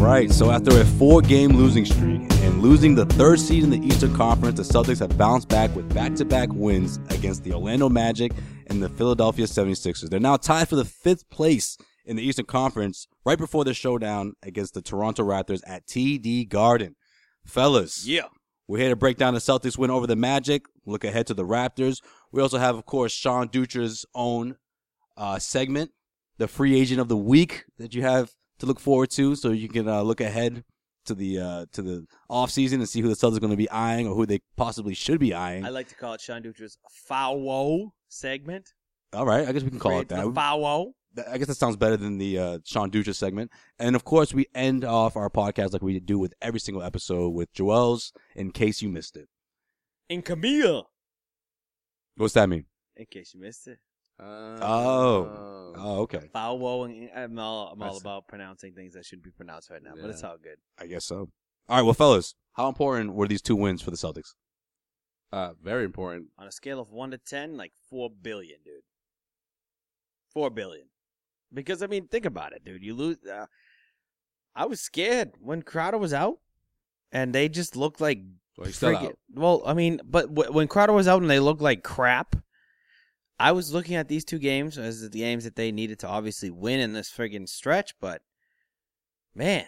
right, so after a four game losing streak and losing the third seed in the Eastern Conference, the Celtics have bounced back with back to back wins against the Orlando Magic and the Philadelphia 76ers. They're now tied for the fifth place in the Eastern Conference right before the showdown against the Toronto Raptors at TD Garden. Fellas, Yeah. we're here to break down the Celtics win over the Magic, look ahead to the Raptors. We also have, of course, Sean Dutra's own uh, segment, the free agent of the week that you have to look forward to, so you can uh, look ahead to the uh, to the offseason and see who the Celtics are going to be eyeing or who they possibly should be eyeing. I like to call it Sean Dutra's foul segment. All right, I guess we can call it Creates the that. foul. Th- I guess that sounds better than the uh, Sean Dutra segment. And of course, we end off our podcast like we do with every single episode with Joel's in case you missed it. And Camille. What's that mean? In case you missed it. Oh. Oh, okay. Foul and I'm all, I'm all That's- about pronouncing things that shouldn't be pronounced right now, Yeah. but it's all good. I guess so. All right, well, fellas, how important were these two wins for the Celtics? Uh, very important. On a scale of 1 to 10, like 4 billion, dude. 4 billion. Because, I mean, think about it, dude. You lose. Uh, I was scared when Crowder was out, and they just looked like Well, he's still Friggin- out. Well, I mean, but w- when Crowder was out and they looked like crap, I was looking at these two games as the games that they needed to obviously win in this friggin' stretch. But man,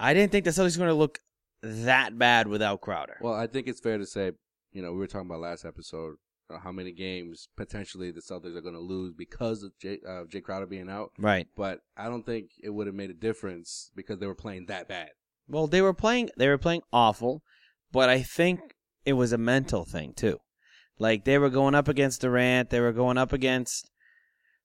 I didn't think the Celtics were going to look that bad without Crowder. Well, I think it's fair to say, you know, we were talking about last episode uh, how many games potentially the Celtics are going to lose because of Jay, uh, Jay Crowder being out. right. But I don't think it would have made a difference because they were playing that bad. Well, they were playing they were playing awful, but I think it was a mental thing too. Like they were going up against Durant, they were going up against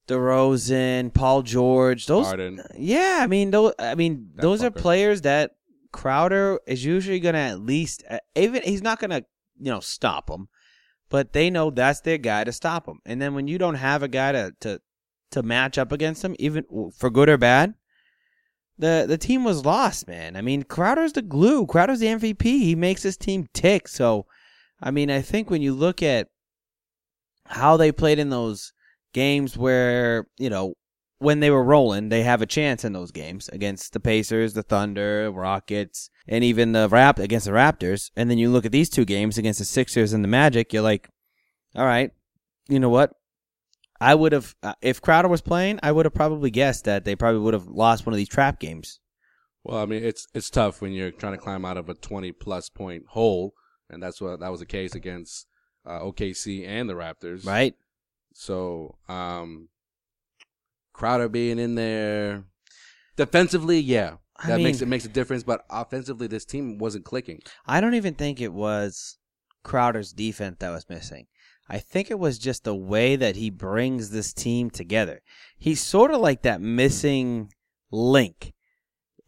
DeRozan, Paul George, those Harden. Yeah, I mean those I mean That those are fucker. players that Crowder is usually going to at least uh, even he's not going to, you know, stop them, but they know that's their guy to stop them. And then when you don't have a guy to to to match up against them, even for good or bad, the the team was lost, man. I mean, Crowder's the glue. Crowder's the MVP. He makes this team tick. So, I mean, I think when you look at how they played in those games where you know when they were rolling, they have a chance in those games against the Pacers, the Thunder, Rockets, and even the Rap against the Raptors. And then you look at these two games against the Sixers and the Magic. You're like, all right, you know what? I would have uh, if Crowder was playing, I would have probably guessed that they probably would have lost one of these trap games. Well, I mean, it's it's tough when you're trying to climb out of a 20 plus point hole, and that's what that was the case against uh, OKC and the Raptors. Right? So, um, Crowder being in there defensively, yeah, I that mean- makes it makes a difference. But offensively, this team wasn't clicking. I don't even think it was Crowder's defense that was missing. I think it was just the way that he brings this team together. He's sort of like that missing link.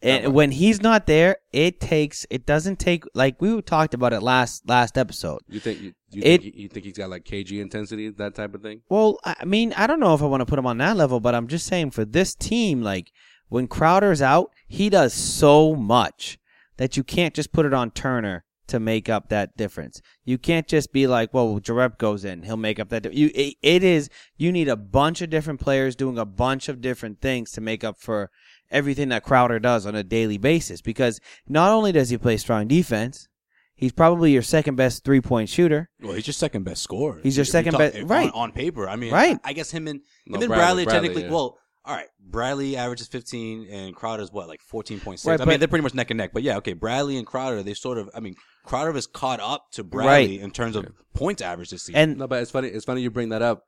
Yeah. And when he's not there, it takes it doesn't take like we talked about it last last episode. You think you, you, It- think, he- you think he's got like KG intensity, that type of thing? Well, I I mean, I don't know if I want to put him on that level, but I'm just saying for this team, like when Crowder's out, he does so much that you can't just put it on Turner to make up that difference. You can't just be like, well, Jarep goes in, he'll make up that. Di-. You, it, it is you need a bunch of different players doing a bunch of different things to make up for everything that Crowder does on a daily basis because not only does he play strong defense, he's probably your second best three point shooter. Well, he's your second best scorer. He's your If you second talk- best- if- on- right. on, paper. I mean, Right. I, I guess him and him No, and Bradley, Bradley, Bradley, technically. yeah. Well, all right, Bradley averages 15, and Crowder's what like 14.6. Right, I but- mean, they're pretty much neck and neck. But yeah, okay, Bradley and Crowder, they sort of. I mean, Crowder has caught up to Bradley in terms of points average this season. And No, but it's funny. It's funny you bring that up.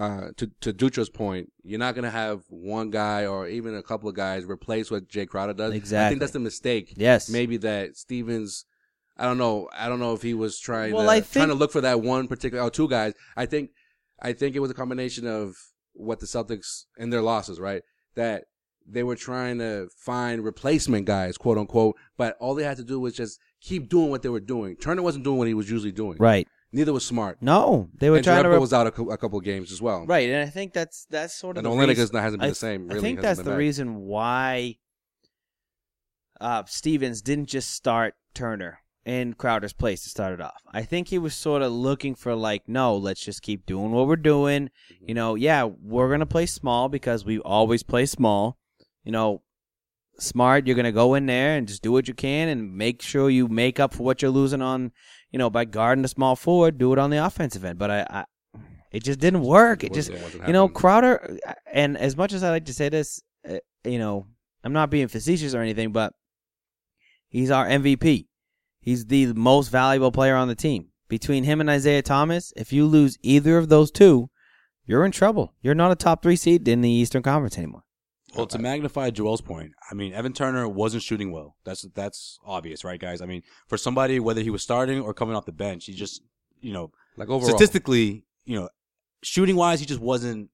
Uh, to to Dutra's point, you're not gonna have one guy or even a couple of guys replace what Jay Crowder does. I Exactly. think that's the mistake. yes, Maybe that Stevens. I don't know. I don't know if he was trying Well, to I think- trying to look for that one particular or two guys. I think I think it was a combination of what the Celtics and their losses, right? That they were trying to find replacement guys, quote unquote, but all they had to do was just keep doing what they were doing. Turner wasn't doing what he was usually doing. right. Neither was Smart. No, they were and trying to Jerebko rep- was out a, cou- a couple of games as well. right, and I think that's that's sort And of the Olenek reason- has not- hasn't been I- the same. Really, I think hasn't that's been the back. reason why uh, Stevens didn't just start Turner in Crowder's place to start it off. I think he was sort of looking for like, no, let's just keep doing what we're doing. You know, yeah, we're gonna play small because we always play small. You know, smart. You're going to go in there and just do what you can and make sure you make up for what you're losing on, you know, by guarding the small forward. Do it on the offensive end. But I, I it just didn't work. It just, Wasn't- wasn't you know, happening. Crowder. uh, And as much as I like to say this, uh, you know, I'm not being facetious or anything, but he's our MVP. He's the most valuable player on the team. Between him and Isaiah Thomas, if you lose either of those two, you're in trouble. You're not a top three seed in the Eastern Conference anymore. Well, to magnify Joel's point, I mean, Evan Turner wasn't shooting well. That's that's obvious, right, guys? I mean, for somebody whether he was starting or coming off the bench, he just, you know, like overall. statistically, you know, shooting wise, he just wasn't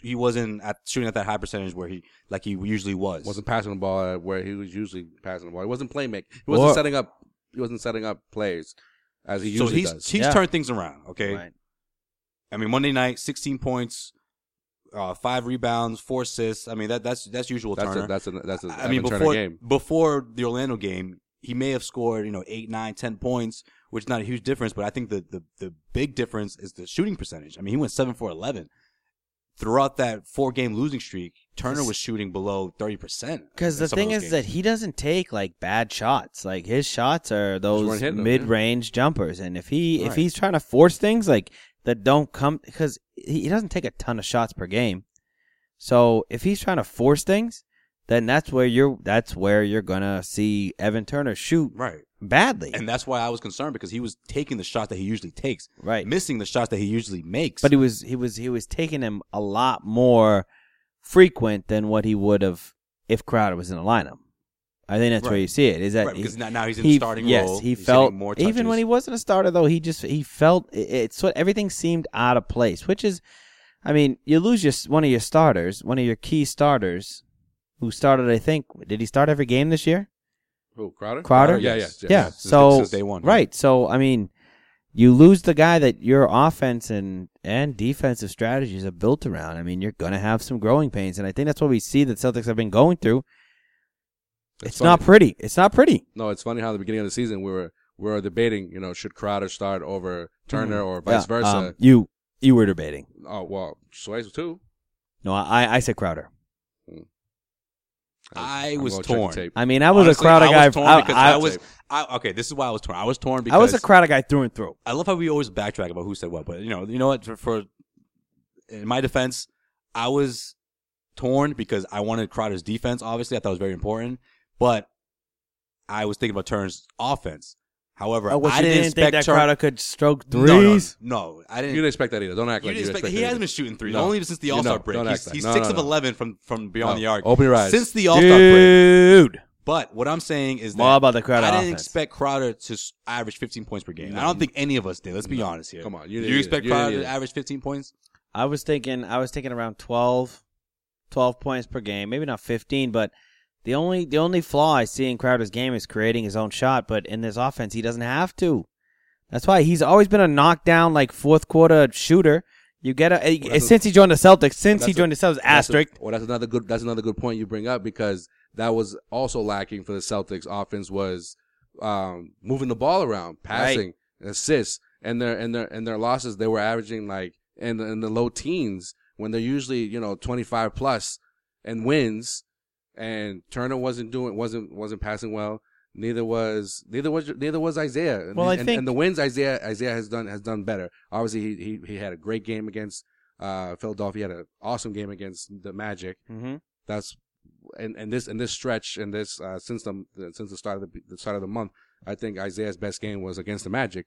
he wasn't at shooting at that high percentage where he like he usually was. wasn't passing the ball at where he was usually passing the ball. He wasn't playmaking. He wasn't Or- setting up. He wasn't setting up plays as he so usually he's does. he's Yeah. turned things around. Okay, Right. I mean Monday night, sixteen points, uh, five rebounds, four assists. I mean that that's that's usual That's Turner. a, that's a that's a I mean Evan Turner before game. before the Orlando game, he may have scored you know eight, nine, ten points, which is not a huge difference. But I think the the the big difference is the shooting percentage. I mean he went seven for eleven. Throughout that four game losing streak, Turner was shooting below thirty percent. Because the thing is that he doesn't take like bad shots. Like his shots are weren't those hitting them, yeah. mid-range jumpers, and if he if Right. he's trying to force things like that don't come because he he doesn't take a ton of shots per game. So if he's trying to force things, then that's where you're that's where you're gonna see Evan Turner shoot right, badly, and that's why I was concerned because he was taking the shots that he usually takes, right? missing the shots that he usually makes. But he was he was he was taking them a lot more frequent than what he would have if Crowder was in the lineup. I think that's where Right. you see it. Is that Right, he- because now, now he's in the he- starting yes, role. he He's felt getting more even when he touches. wasn't a starter though. He just he felt it, it's what everything seemed out of place, which is, I mean, you lose your one of your starters, one of your key starters, who started. I think did he start every game this year? Who Crowder? Crowder? Yeah, yeah, Yes. yeah. yeah. since- So since day one, yeah. right? So I mean, you lose the guy that your offense and and defensive strategies are built around. I mean, you're gonna have some growing pains, and I think that's what we see that Celtics have been going through. It's, funny. not pretty. It's not pretty. No, it's funny how at the beginning of the season we were we were debating. You know, should Crowder start over Mm-hmm. Turner or vice Yeah, versa? um, you you were debating. oh well, Swayze too. No, I I said Crowder. I I'm was gonna check the torn. tape. I mean, I was Honestly, a Crowder I guy. Was torn I, because I- I was I, okay. This is why I was torn. I was torn I because was a Crowder guy through and through. I love how we always backtrack about who said what, but you know, you know what? For, for in my defense, I was torn because I wanted Crowder's defense. Obviously, I thought it was very important, but I was thinking about Turner's offense. However, I wish I Oh, you didn't, didn't expect think that Turn- Crowder could stroke No, no, threes. No, I You didn't. didn't expect that either. Don't act You like didn't you expect, expected he hasn't it. been shooting threes No. only since the You All Star know, break. don't He's, act like- he's no, six no, of no. eleven from from beyond No. the arc. Open your eyes. since the All Star break. Dude, But what I'm saying is that I'm all about the Crowder I didn't offense. expect Crowder to s- average 15 points per game. No. I don't think any of us did. Let's be honest here. Come on, you you, didn't either. expect You didn't Crowder to either. average 15 points? I was thinking, I was thinking around 12, 12 points per game, maybe not fifteen, but the only the only flaw I see in Crowder's game is creating his own shot. But in this offense, he doesn't have to. That's why he's always been a knockdown, like fourth quarter shooter. You get a, Well, that's a- since he joined the Celtics. Since he that's a- joined the Celtics, That's a- asterisk. Well, that's another good. That's another good point you bring up because that was also lacking for the Celtics offense was um, moving the ball around, passing, assists, and their and their and their losses. They were averaging like in the, in the low teens when they're usually you know twenty five plus and wins. And Turner wasn't doing wasn't wasn't passing well. Neither was neither was neither was Isaiah. Well, I and, think- and the wins Isaiah Isaiah has done has done better. Obviously, he he, he had a great game against uh, Philadelphia. He had an awesome game against the Magic Mm-hmm. that's and, and this and this stretch and this uh, since the since the start of the, the start of the month, I think Isaiah's best game was against the Magic.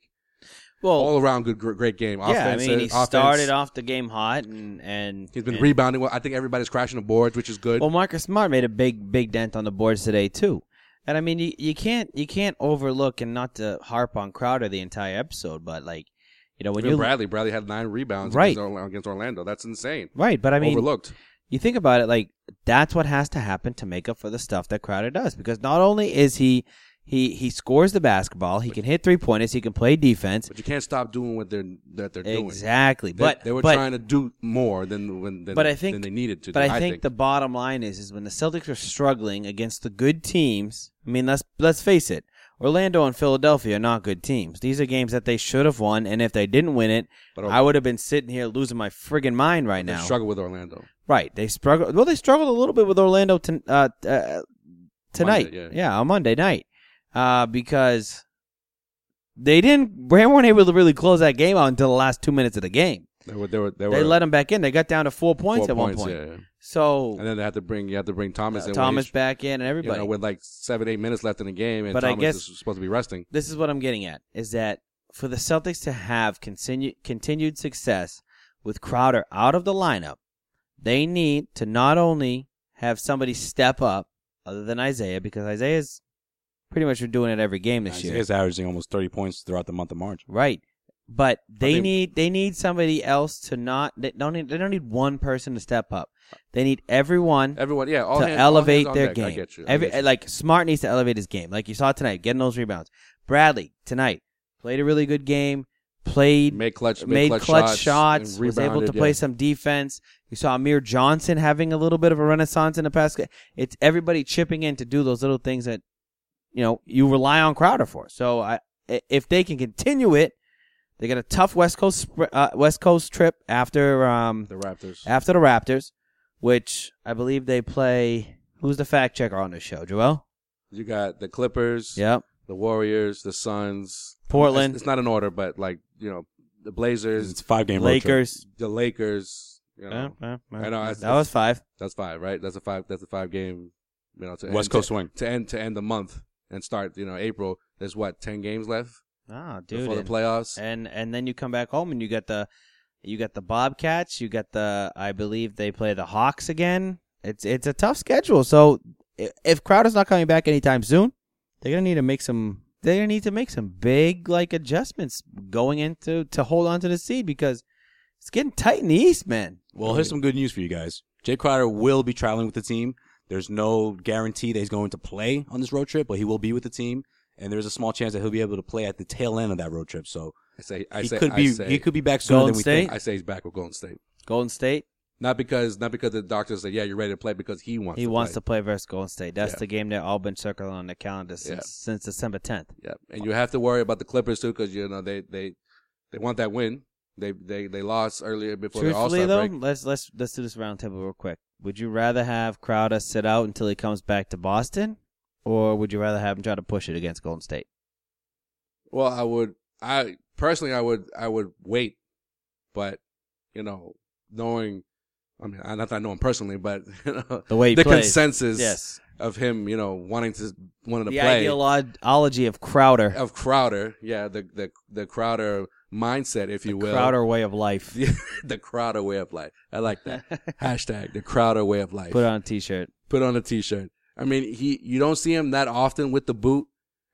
Well, All around good gr- great game. Oh. yeah, I Offense, uh, mean, he offense. started off the game hot, and and He's been and- rebounding. Well, I think everybody's crashing the boards, which is good. Well, Marcus Smart made a big, big dent on the boards today too. And I mean, you, you can't you can't overlook and not to harp on Crowder the entire episode, but like, you know, when Even you Bradley, Bradley had nine rebounds Right. against, Orla- against Orlando. That's insane. right, but I mean, Overlooked. you think about it, like that's what has to happen to make up for the stuff that Crowder does, because not only is he he he scores the basketball, he can hit three pointers, he can play defense, But you can't stop doing what they're that they're doing. exactly. They, but they were but, trying to do more than when than, but I think than they needed to. But do, I, think, the bottom line is is when the Celtics are struggling against the good teams. I mean, let's let's face it. Orlando and Philadelphia are not good teams. These are games that they should have won, and if they didn't win it, But, uh, I would have been sitting here losing my friggin' mind right they now. struggled with Orlando. Right? They struggled. Well, they struggled a little bit with Orlando to, uh, uh, tonight. Monday, yeah. on Monday night, uh, because they didn't. They weren't able to really close that game out until the last two minutes of the game. They were. They were. They, They, were let them back in. They got down to four four points at one point. yeah, yeah. So And then they have to bring. You have to bring Thomas. uh, in when Thomas he's- back in and You everybody. know, with like seven, eight minutes left in the game, and But I Thomas guess- is supposed to be resting. this is what I'm getting at is that for the Celtics to have continu- continued success with Crowder out of the lineup, they need to not only have somebody step up other than Isaiah because Isaiah's pretty much been doing it every game this year. Isaiah's averaging almost 30 points throughout the month of March. Right. But they, they- need they need somebody else to not they don't need they don't need one person to step up. They need everyone Everyone, yeah, all to hands- all elevate hands on their deck. game. I get you. I Every get you. like Smart needs to elevate his game. Like you saw tonight, getting those rebounds. Bradley tonight played a really good game. Played made clutch, made clutch, shots. and was able to rebounded, play yeah. some defense. You saw Amir Johnson having a little bit of a renaissance in the past. ga- It's everybody chipping in to do those little things that you know you rely on Crowder for. So I, i- if they can continue it, they got a tough West Coast spr- uh, West Coast trip after um, the Raptors. after the Raptors, which I believe they play. Who's the fact checker on this show, Joel? You got the Clippers, Yep. the Warriors, the Suns, Portland. It's, it's not an order, but like you know, the Blazers, It's five game Lakers. the Lakers. You know, Yeah, yeah, yeah. I know, that's- that was five. that's five, right? That's a five. That's a five game. You know, to West end, Coast swing. to, to end to end the month and start. You know, April. There's what ten games left Ah, dude. before and- eh, the playoffs. and and then you come back home and you got the you got the Bobcats, you got the I believe they play the Hawks again. It's it's a tough schedule. So i- if Crowder's not coming back anytime soon, they're gonna need to make some they're gonna need to make some big like adjustments going into to hold on to the seed because it's getting tight in the East, man. Well, here's some good news for you guys. Jay Crowder will be traveling with the team. There's no guarantee that he's going to play on this road trip, but he will be with the team. And there's a small chance that he'll be able to play at the tail end of that road trip. So I say, I he say, could I be say, he could be back sooner Golden than we State? think. I say he's back with Golden State. Golden State, Not because not because the doctor said, yeah, you're ready to play because he wants. he to wants play. to play versus Golden State. That's Yeah. the game they've all been circling on the calendar since Yeah. since December tenth. Yeah, and you have to worry about the Clippers too, because you know they they they want that win. They they they lost earlier before the All Truthfully Star though, break. let's let's let's do this roundtable real quick. Would you rather have Crowder sit out until he comes back to Boston, or would you rather have him try to push it against Golden State? Well, I would I personally I would I would wait, but you know knowing, I mean I not that I know him personally, but you know, The way he the plays. consensus yes, of him, you know, wanting to wanting to the play ideology of Crowder, of Crowder, yeah, the the the Crowder mindset, if you will, Crowder way of life. Yeah, the Crowder way of life. I like that hashtag the Crowder way of life. Put on a T-shirt. put on a t-shirt. I mean, he you don't see him that often with the boot,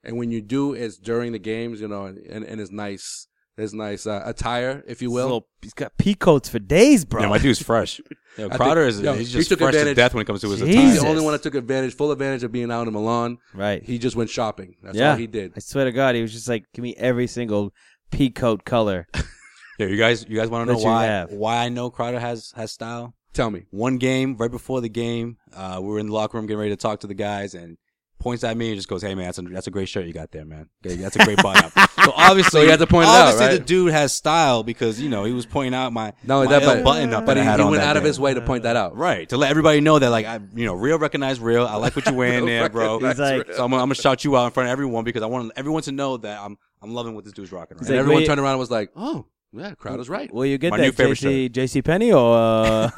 and when you do, it's during the games, you know, and and, and his nice his nice uh, attire, if you He's, will. little- he's got peacoats for days, bro. Yeah, my dude's fresh. Yo, I Crowder think- is yo, he's he just took fresh to advantage- death when it comes to his Jesus. He's the attire. only one that took advantage, full advantage of being out in Milan. right. He just went shopping. That's Yeah. all he did. I swear to God, he was just like, give me every single peacoat color. Yo, you guys, you guys want That to know you why have. why I know Crowder has has style? Tell me, one game right before the game. Uh, we were in the locker room getting ready to talk to the guys and points at me and just goes, Hey man, that's a, that's a great shirt you got there, man. Okay, That's a great button up. So obviously, So you had to point it out, obviously right? the dude has style because, you know, he was pointing out my, No, my that- L but- button up but that he, I had he on went that out of day. his way Uh, to point that out. Right. To let everybody know that like, I, you know, real recognize real. I like what you're wearing there, bro. He's like- so I'm, gonna- I'm going to shout you out in front of everyone because I want everyone to know that I'm, I'm loving what this dude's rocking right He's And like, now. everyone wait- turned around and was like, "Oh, yeah, Crowder's right." Will you get My new that favorite JC, JC Penny or uh,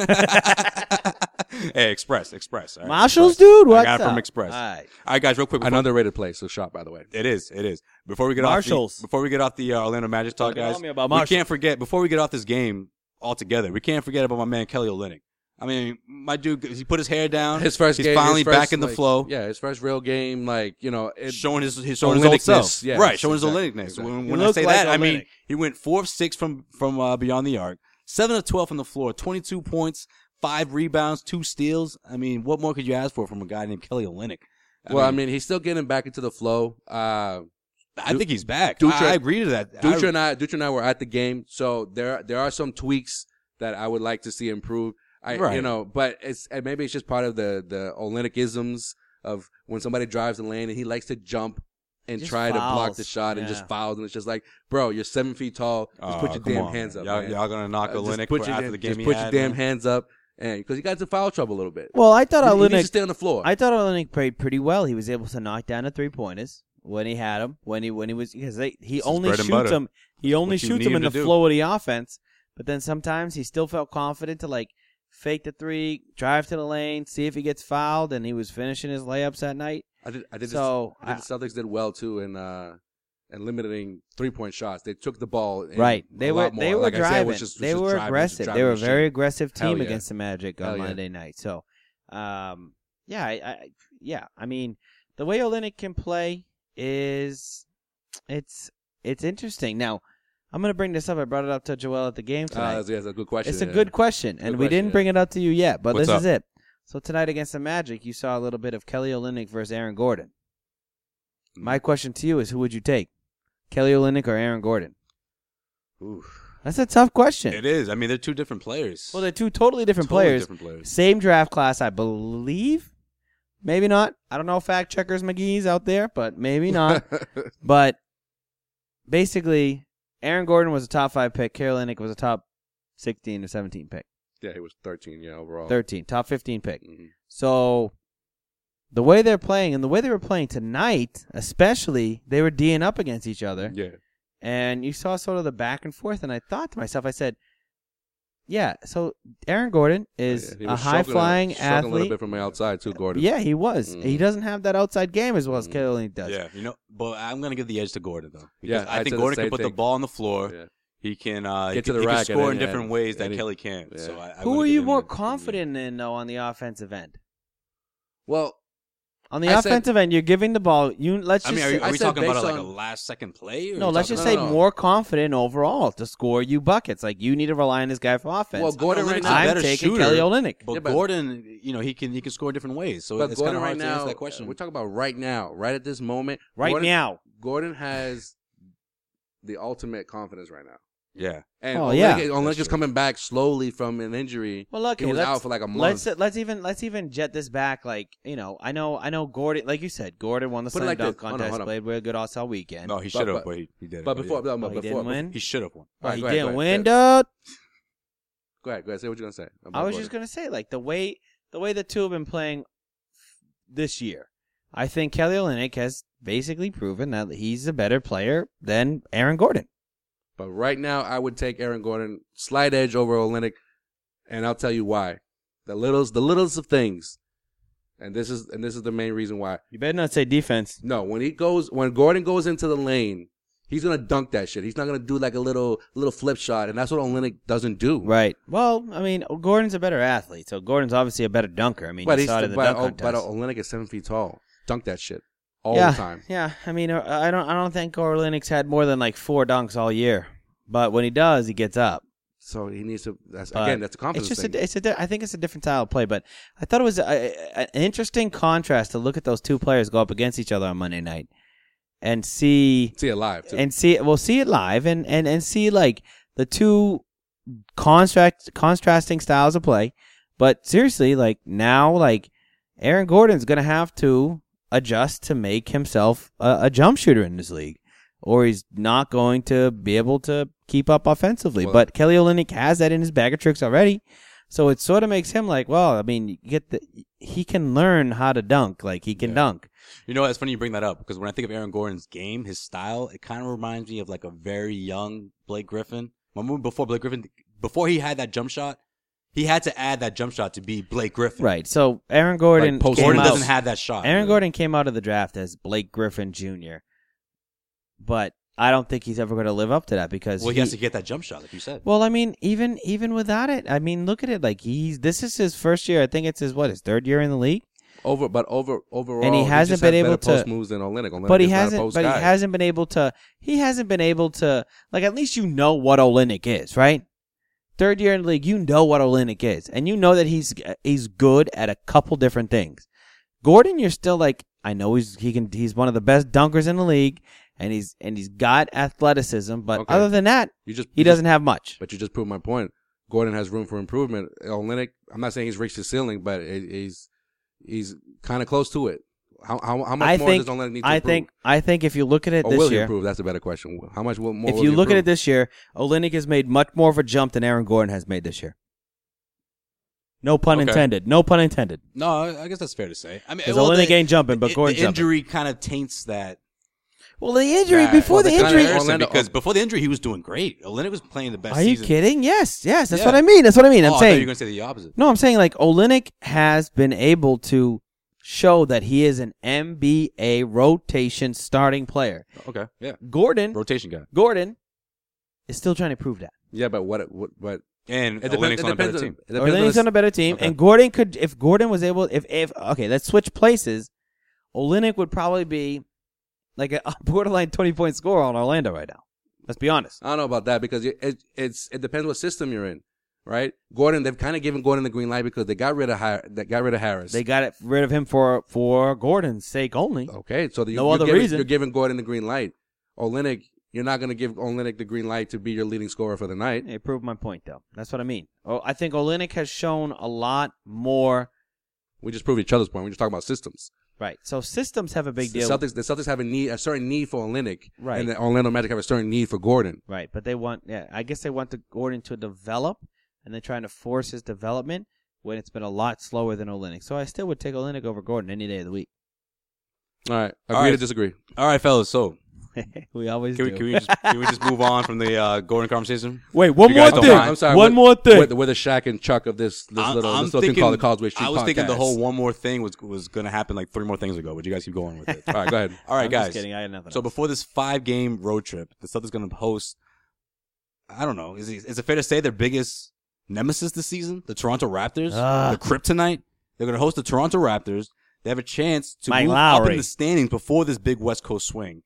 hey, Express, Express. All right, Marshalls, Express. dude? What's I got it up? from Express. All right. All right, guys, real quick. before- Another rated place, so shop by the way. It is. It is. Before we get off Marshalls. the, before we get off the uh, Orlando Magic talk, Tell guys, me Uh, about we Marshalls. can't forget. Before we get off this game altogether, we can't forget about my man Kelly Olynyk. I mean, my dude, he put his hair down. His first He's game, finally his first, back in the like- flow. Yeah, his first real game, like you know, it, showing his, his showing his old Olynykness, self, yes, right? Showing his exactly, Olynykness. exactly. When, He when I looked say like that, I mean Olynyk. he went four of six from from uh, beyond the arc, seven of twelve from the floor, twenty two points, five rebounds, two steals. I mean, what more could you ask for from a guy named Kelly Olynyk? well, I mean, he's still getting back into the flow. Uh, I think he's back. Dutra- I, I agree to that. I- Dutra and I, Dutra and I were at the game, so there there are some tweaks that I would like to see improved. I you Right. know, but it's and maybe it's just part of the the Olympicisms of when somebody drives the lane and he likes to jump and Just try to block fouls. the shot and just Yeah. fouls and it's just like, bro, you're seven feet tall. Just Oh, put your come damn on, hands up. Y'all, man. y'all gonna knock Uh, just Olenek put for your after damn- the game? just he put had, your damn man? hands up and because he got into foul trouble a little bit. Well, I thought He- he, needs to Olenek. stay on the floor. I thought Olenek played pretty well. He was able to knock down the three pointers when he had them. When he when he was because they, he It's his only bread and shoots butter. them. He only What you shoots need them in him the to do. flow of the offense. But then sometimes he still felt confident to like fake the three, drive to the lane, see if he gets fouled, and he was finishing his layups that night. I did. I did. so this, I did the Celtics did well too in uh, in limiting three point shots. They took the ball. And Right. a They were lot they more. were Like Isaiah driving. was just- was they just were driving, just aggressive. driving they were a and very shooting. aggressive team Hell yeah. against the Magic Hell on yeah. Monday night. So, um, yeah, I, I, yeah, I mean, the way Olenek can play is, it's it's interesting. Now, I'm gonna bring this up. I brought it up to Joel at the game Uh, tonight. that's, that's a good question. it's a yeah. good question, and we question, didn't yeah. bring it up to you yet, but What's this is it. So tonight against the Magic, you saw a little bit of Kelly Olynyk versus Aaron Gordon. Mm-hmm. My question to you is, who would you take, Kelly Olynyk or Aaron Gordon? Ooh. That's a tough question. It is. I mean, they're two different players. Well, they're two totally different Totally players. Different players. Same draft class, I believe. Maybe not. I don't know fact checkers McGee's out there, but maybe not. but basically, Aaron Gordon was a top five pick. Karolinick was a top 16 or 17 pick. yeah, he was thirteen. Yeah, overall. 13, top 15 pick. Mhm. So the way they're playing and the way they were playing tonight, especially, they were D'ing up against each other. Yeah. and you saw sort of the back and forth. And I thought to myself, I said, "Yeah, so Aaron Gordon is Oh, Yeah, he a was high struggling- flying struggling A little athlete. Uh, bit from the outside too, Gordon. Yeah, he was. He Mhm. doesn't have that outside game as well as Mhm. Kelly does. Yeah, you know, but I'm gonna give the edge to Gordon though. Yeah, Because I I'd say think the Gordon can same put the thing. ball on the floor. Yeah. He can uh, he Get to can, the he can rack and score then- in different and- ways that and he- Kelly can't. yeah. So I, I'm Who gonna are give you him more the- confident in though on the offensive end? Well, On the I said- offensive end, you're giving the ball. You let's I just mean, are, say, you- are I we said talking about based like a on- last second play? Or no, are we let's just talking say no, no. more confident overall to score you buckets. Like you need to rely on this guy for offense. Well, Gordon I'm right not a now. I'm better taking shooter, Kelly Olynyk. But, Yeah, but- Gordon, you know, he can he can score in different ways. So But it's kind Gordon of right hard to now. answer that question. We're talking about right now, right at this moment. Right Gordon, now, Gordon has the ultimate confidence right now. yeah, And Oh, Olenek- yeah. Olenek That's is true. coming back slowly from an injury. Well, look, He hey, was let's- out for like a month. Let's let's even let's even jet this back. Like you know, I know I know Gordon. Like you said, Gordon won the Put it slam like dunk this. Hold on, contest. hold on. Played real good all star weekend. no, he But- should have, but- but he, he didn't. but before, yeah. no, but Oh, he before, didn't win. Oh, he should have won. All right, he go ahead, didn't go ahead, win, go dude. Go ahead, go ahead. Say what you're gonna say. I was just gonna say, like the way the way the two have been playing this year, I think Kelly Olynyk has basically proven that he's a better player than Aaron Gordon. But right now, I would take Aaron Gordon slight edge over Olenek, and I'll tell you why. The littles, the littles of things, and this is and this is the main reason why. You better not say defense. No, when he goes, when Gordon goes into the lane, he's gonna dunk that shit. He's not gonna do like a little little flip shot, and that's what Olenek doesn't do. Right. Well, I mean, Gordon's a better athlete, so Gordon's obviously a better dunker. I mean, But you he's saw it in the but, dunk oh, but contest. Olenek is seven feet tall. Dunk that shit all yeah, the time. Yeah, I mean, uh, I don't, I don't think Orlinux had more than like four dunks all year, but when he does, he gets up. So he needs to. That's But again, that's a confidence it's just, thing. a, it's a, di- I think it's a different style of play. But I thought it was a, a, an interesting contrast to look at those two players go up against each other on Monday night and see, See it live too. and see, well, see it live and and and see like the two contrast contrasting styles of play. But seriously, like now, like Aaron Gordon's gonna have to adjust to make himself a, a jump shooter in this league, or he's not going to be able to keep up offensively. Well- but Kelly Olynyk has that in his bag of tricks already, so it sort of makes him like, well, I mean, you get the he can learn how to dunk, like he can Yeah. dunk. You know, it's funny you bring that up because when I think of Aaron Gordon's game, his style, it kind of reminds me of like a very young Blake Griffin. Remember before Blake Griffin, before he had that jump shot, he had to add that jump shot to be Blake Griffin. Right. So Aaron Gordon, post- came Gordon out- doesn't have that shot. Aaron Gordon came out of the draft as Blake Griffin Jr., but I don't think he's ever going to live up to that because Well, he he- has to get that jump shot, like you said. Well, I mean, even even without it, I mean, look at it. Like he's this is his first year. I think it's his what his third year in the league, over, but over overall, And he hasn't just been has able better post to- moves than Olenek. Olenek but he is not a hasn't. post But guy. he hasn't been able to. He hasn't been able to. Like at least you know what Olenek is, right? Third year in the league, you know what Olenek is, and you know that he's he's good at a couple different things. Gordon, you're still like, I know he's he can he's one of the best dunkers in the league, and he's and he's got athleticism, but Okay. other than that, You just he you just- doesn't have much. But you just proved my point. Gordon has room for improvement. Olenek, I'm not saying he's reached his ceiling, but it, he's he's kind of close to it. How how, how much I more think does Olenek need to I improve? think I think if you look at it or this will he year, improve? That's a better question. How much will more? if will you he look at it improve? this year, Olenek has made much more of a jump than Aaron Gordon has made this year. No pun Okay. intended. No pun intended. No, I I guess that's fair to say. I mean, Because only they gained jumping, but the- Gordon the injury kind of taints that Well, the injury Yeah, before well, the the injury. Orlando- comparison because before the injury he was doing great. Olenek was playing the best. Are you season. kidding? Yes, yes. That's Yeah. what I mean. That's what I mean. Oh, I'm I thought you saying were going to say the opposite. no. I'm saying like Olenek has been able to show that he is an NBA rotation starting player. Okay, yeah, Gordon, rotation guy. Gordon, is still trying to prove that. Yeah, but what? What? what And Olenek's on a better team. It depends Olenik's on on the, a better team, Okay. and Gordon could. If Gordon was able, if if okay, let's switch places. Olenek would probably be like a borderline twenty point scorer on Orlando right now. Let's be honest. I don't know about that because it, it it's it depends what system you're in, right? Gordon, they've kind of given Gordon the green light because they got rid of Har- they got rid of Harris. They got it, rid of him for for Gordon's sake only. okay, so the, No you're other giving, reason. You're giving Gordon the green light. Olenek, you're not going to give Olenek the green light to be your leading scorer for the night. It proved my point, though. That's what I mean. Oh, I think Olenek has shown a lot more. We just proved each other's point. We're just talking about systems. Right. So systems have a big the deal. Celtics, the Celtics have a need, a certain need for Olenek, Right. And the Orlando Magic have a certain need for Gordon. Right. But they want. Yeah. I guess they want the Gordon to develop, and they're trying to force his development when it's been a lot slower than Olenek. So I still would take Olenek over Gordon any day of the week. All right, agree All right. to disagree. All right, fellas. So we always can we do. can we just, can we just move on from the uh, Gordon conversation? Wait. One You guys more don't thing. mind? I'm sorry. One we're- more thing. We're, the- we're the Shaq and Chuck of this this I'm- little I'm this little thing thinking- called the Causeway Street. I was thinking the podcast. whole one more thing was was going to happen like three more things ago, but you guys keep going with it. All right, go ahead. All right, I'm guys. Just kidding. I had nothing. So before this five game road trip, the Celtics going to host. I don't know. Is it, is it fair to say their biggest nemesis this season, the Toronto Raptors, Ah. the Kryptonite? They're going to host the Toronto Raptors. They have a chance to Mike move up Lowry. in the standings before this big West Coast swing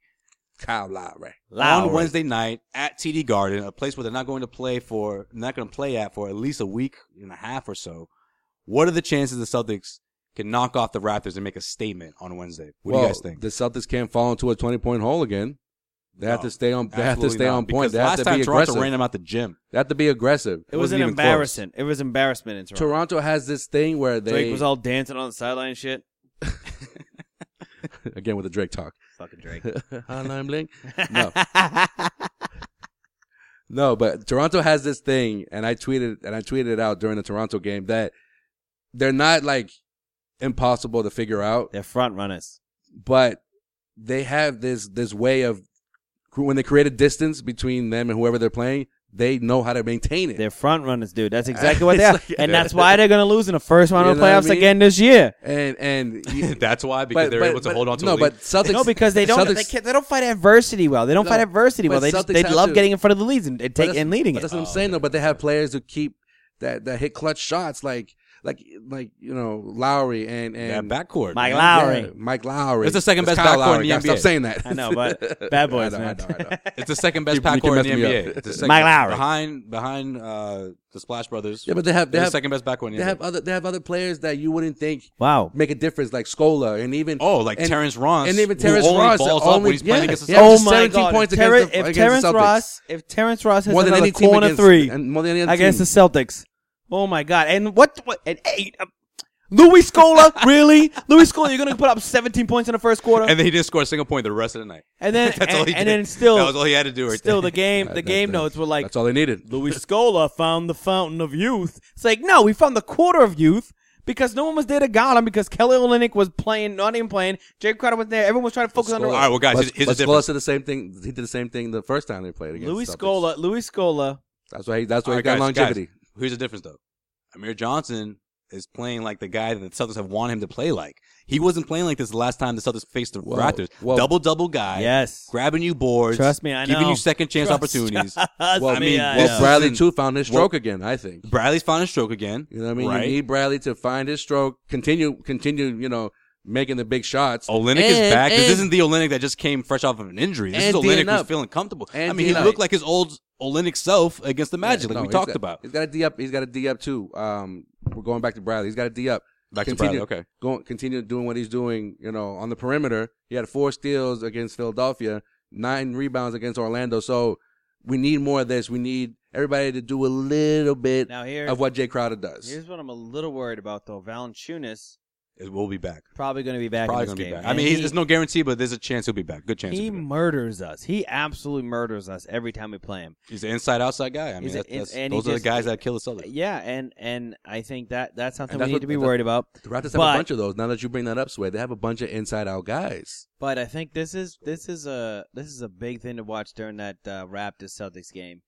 Kyle Lowry. Lowry. on Wednesday night at TD Garden, a place where they're not going to play for, not going to play at for at least a week and a half or so. What are the chances the Celtics can knock off the Raptors and make a statement on Wednesday? What do you guys think? The Celtics can't fall into a 20 point hole again. They have No, to stay on. They have to Absolutely stay not, on because point. They have last to time be Toronto aggressive. ran them out the gym. They have to be aggressive. it was an even close. embarrassing. It was embarrassing in Toronto. Toronto has this thing where they Drake was all dancing on the sideline and shit. again with the Drake talk. Fucking Drake. Hotline bling. No. No, but Toronto has this thing, and I tweeted and I tweeted it out during the Toronto game that they're not like impossible to figure out, They're front runners. but they have this this way of when they create a distance between them and whoever they're playing, they know how to maintain it. They're front runners, dude. That's exactly what they are. It's like- and that's why they're going to lose in the first round of You the know what I playoffs mean? again this year. and and That's why because they're able to hold on to no, a lead. but Celtics No, because they don't. Celtics- they, can't, they don't fight adversity well. They don't No, fight adversity well. but They just, Celtics they have love to. getting in front of the leads and, and, but take, that's- and leading but it. That's what I'm Oh, saying okay. though. But they have players who keep that that hit clutch shots like like like you know Lowry and Yeah, and backcourt. Mike man. Lowry. Yeah, Mike Lowry. It's the second best Kyle backcourt Lowry. in the Gotta Stop NBA. saying that. I know, but bad boys, I know, man. I know, I know. It's the second best You- you backcourt in can mess the me NBA. up. It's the second- Mike Lowry. behind behind uh, the Splash Brothers. Yeah, but they have they they're the have second best backcourt in the they NBA. have um, other they have other players that you wouldn't think wow. make a difference, like Scola and even oh, like and- Terrence Ross, and even who Terrence only Ross, balls only- up when he's playing yeah, against the yeah. Celtics. oh just my 17 god! points Terren- against the- against if the Terrence Celtics. Ross, if Terrence Ross has more than another any team corner against, three and more than any other against the team. Celtics, oh my god! And what? what and eight. uh, Louis Scola, really? Louis Scola, you're gonna put up 17 points in the first quarter, And then he didn't score a single point the rest of the night. and then That's and, all he and did. then still that was all he had to do. Right Still, there. the game, the That- game that- notes were like, that's all they needed. Louis Scola found the fountain of youth. It's like, no, we found the quarter of youth because no one was there to guard him because Kelly Olynyk was playing, not even playing. Jake Crowder was there. Everyone was trying to focus on the All right, well, guys, But- here's, here's but the Scola difference. said the same thing. He did the same thing the first time they played against Louis the Celtics. Scola. Louis Scola. That's why he, that's why All he right, got guys, longevity. guys, here's the difference, though. Amir Johnson is playing like the guy that the Celtics have wanted him to play like. He wasn't playing like this the last time the Celtics faced the Whoa, Raptors. whoa. Double double guy, Yes. grabbing you boards. Trust me, I giving know. you second chance Trust- opportunities. trust Well, I me, mean, I know. well, Well, Bradley This too found his stroke well- again. I think. Bradley's found his stroke again. You know what I mean? Right. You need Bradley to find his stroke, continue, continue. You know, making the big shots. Olenek is And- back. This and- isn't the Olenek that just came fresh off of an injury. This is And Olenek D'ing who's up. feeling comfortable. And I mean, he D'ing up. looked like his old Olenek self against the Magic, Yeah, like no, we he's talked got- about. He's got a D up. He's got a D up too. Um, we're going back to Bradley. He's got a D up. Back to Continue. Bradley. Okay. Going, continue doing what he's doing. You know, on the perimeter, he had four steals against Philadelphia, nine rebounds against Orlando. So we need more of this. We need everybody to do a little bit Now here, of what Jay Crowder does. here's what I'm a little worried about though. Valanciunas It will be back. Probably going to be back. Probably in this gonna be game. back. I mean, And he's, there's no guarantee, but there's a chance he'll be back. Good chance. he, He'll he be back. murders us. He absolutely murders us every time we play him. He's an inside outside guy. I mean, He's a- that's, that's, and he those are just- the guys that kill the Celtics. Yeah, and and I think that that's something that's we need what- to be that's- worried about. The Raptors have But- a bunch of those. Now that you bring that up, Sway, they have a bunch of inside out guys. But I think this is this is a this is a big thing to watch during that uh, Raptors Celtics game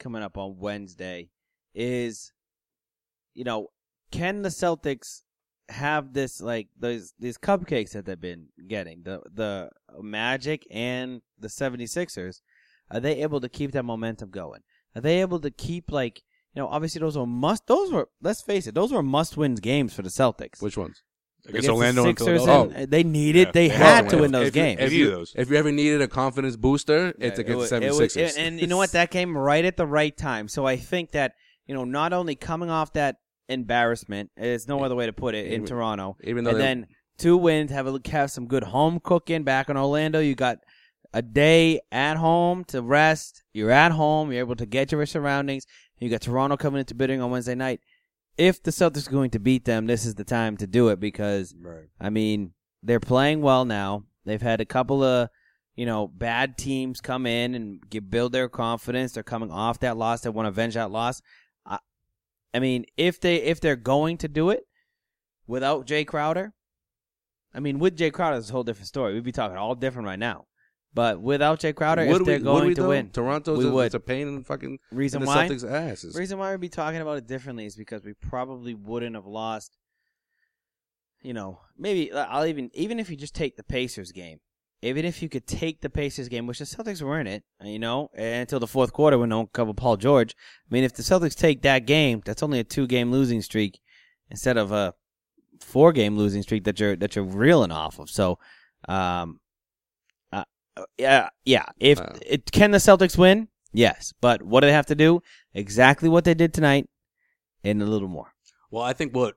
coming up on Wednesday. Is you know can the Celtics have this like these these cupcakes that they've been getting the the Magic and the 76ers are they able to keep that momentum going? Are they able to keep like you know obviously those were must those were let's face it those were must win games for the Celtics. Which ones? Against Orlando the and Sixers Philadelphia. and- they needed Yeah, they they had had to to win win. those if you- games. if Any you- of those. If you ever needed a confidence booster, it's against Yeah, it the was- 76ers. it was- and you know what? That came right at the right time. So I think that, you know, not only coming off that embarrassment, there's no other way to put it, in Even- Toronto, Even though and they- then two wins, have, a, have some good home cooking back in Orlando. You got a day at home to rest. You're at home. You're able to get your surroundings. You got Toronto coming into bidding on Wednesday night. If the Celtics are going to beat them, this is the time to do it because Right. I mean, they're playing well now. They've had a couple of, you know, bad teams come in and get, build their confidence. They're coming off that loss. They want to avenge that loss. I, I mean, if they if they're going to do it without Jay Crowder, I mean, with Jay Crowder, it's a whole different story. We'd be talking all different right now. But without Jay Crowder, Would if they're we- would going we to though? win, Toronto's We a, would. it's a pain in the fucking in reason the why Celtics' asses. reason why we'd be talking about it differently is because we probably wouldn't have lost. You know, maybe uh, I'll even even if you just take the Pacers game, even if you could take the Pacers game, which the Celtics were in it, uh, you know, until the fourth quarter when no one covered Paul George. I mean, if the Celtics take that game, that's only a two game losing streak instead of a four game losing streak that you're that you're reeling off of. So, um, uh, yeah, yeah. If Wow. it can the Celtics win, yes, but what do they have to do? Exactly what they did tonight, and a little more. Well, I think what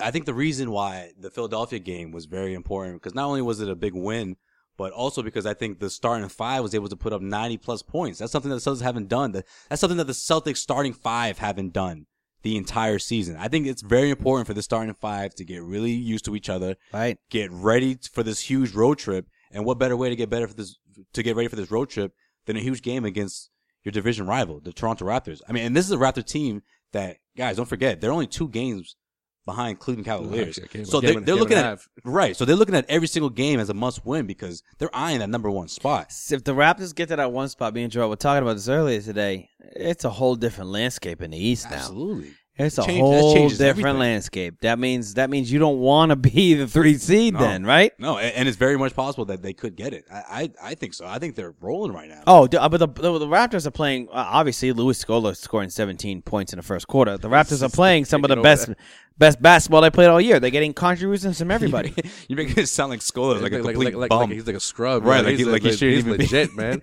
I think the reason why the Philadelphia game was very important because not only was it a big win, but also because I think the starting five was able to put up 90 plus points. That's something that the Celtics haven't done. That- That's something that the Celtics starting five haven't done the entire season. I think it's very important for the starting five to get really used to each other, Right? get ready for this huge road trip. And what better way to get better for this, to get ready for this road trip than a huge game against your division rival, the Toronto Raptors? I mean, and this is a Raptor team that, guys, don't forget, they're only two games behind Cleveland Cavaliers. Actually, game- so game they, and- they're game looking and a at, half. right. So they're looking at every single game as a must win because they're eyeing that number one spot. If the Raptors get to that one spot, me and Joel were talking about this earlier today. It's a whole different landscape in the East now. Absolutely. It's a Change- that whole changes different everything. landscape. That means that means you don't want to be the three seed, No. then, right? No, and, and it's very much possible that they could get it. I, I, I think so. I think they're rolling right now. Oh, d- uh, but the, the the Raptors are playing. Uh, obviously, Luis Scola scoring 17 points in the first quarter. The Raptors are playing some of the Taking over. best best basketball they played all year. They're getting contributions from everybody. You're making it sound like Scola is like, a complete like, bum. like he's like a scrub, Right, man. like He's he- like he shouldn't he's even be- legit, man.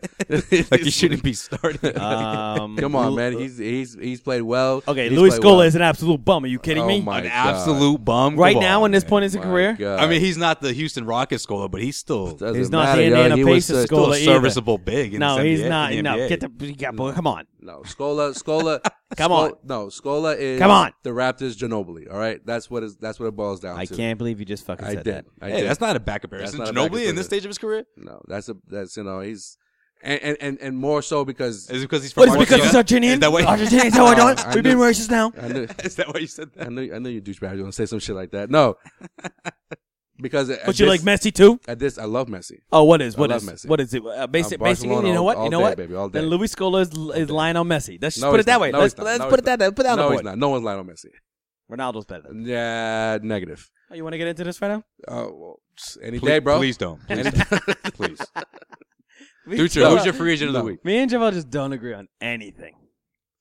like he shouldn't be starting. Uh, um, Come on, Lu- man. He's he's he's played well. okay. He's Luis played Scola well. is an absolute bum. Are you kidding Oh me? my an God. absolute bum. Right Come now, on, in this man. point in his My career, God. I mean, he's not the Houston Rockets scorer, but he's still Doesn't he's not matter, the yo. Indiana He was, Pacers uh, still Scola a either. serviceable big. In no, this he's NBA not. in the no, NBA. get the you got, boy, come on. No, Scola, Scola. Come Scola- on. no, Scola is Come on. the Raptors Ginobili. All right, that's what is that's what it boils down I to. can't believe you just fucking I said did. that. I Hey, did. that's not a back That's comparison. not a back Ginobili in comparison. this stage of his career no, that's a that's you know he's and and and, and more so because is it because he's What from is it because he's Argentina? Argentinian? Is that why- Argentinians, how I No, do it? I We've been knew- racist now. I knew Is that why you said that? I knew I knew you douchebag. You gonna say some shit like that? No, because at But you like this, Messi too? at this I love Messi. Oh, what is I what love is Messi. what is it? Uh, basic, Uh, basically, Barcelona you know all- what? all you know day, what? baby, all Then day. Luis Scola is, is Lionel Messi. Let's just No, put he's it that not. way. No, let's he's not. let's No, put he's it that way. Put that no, on the he's board. not. No one's Lionel Messi. Ronaldo's better. Yeah, negative. Oh, you want to get into this right now? Oh, well, any Please, day, bro. please don't. Please, Any- don't. please. Me Who's your- and who's Javon- your free agent of the No. week? Me and Javel just don't agree on anything.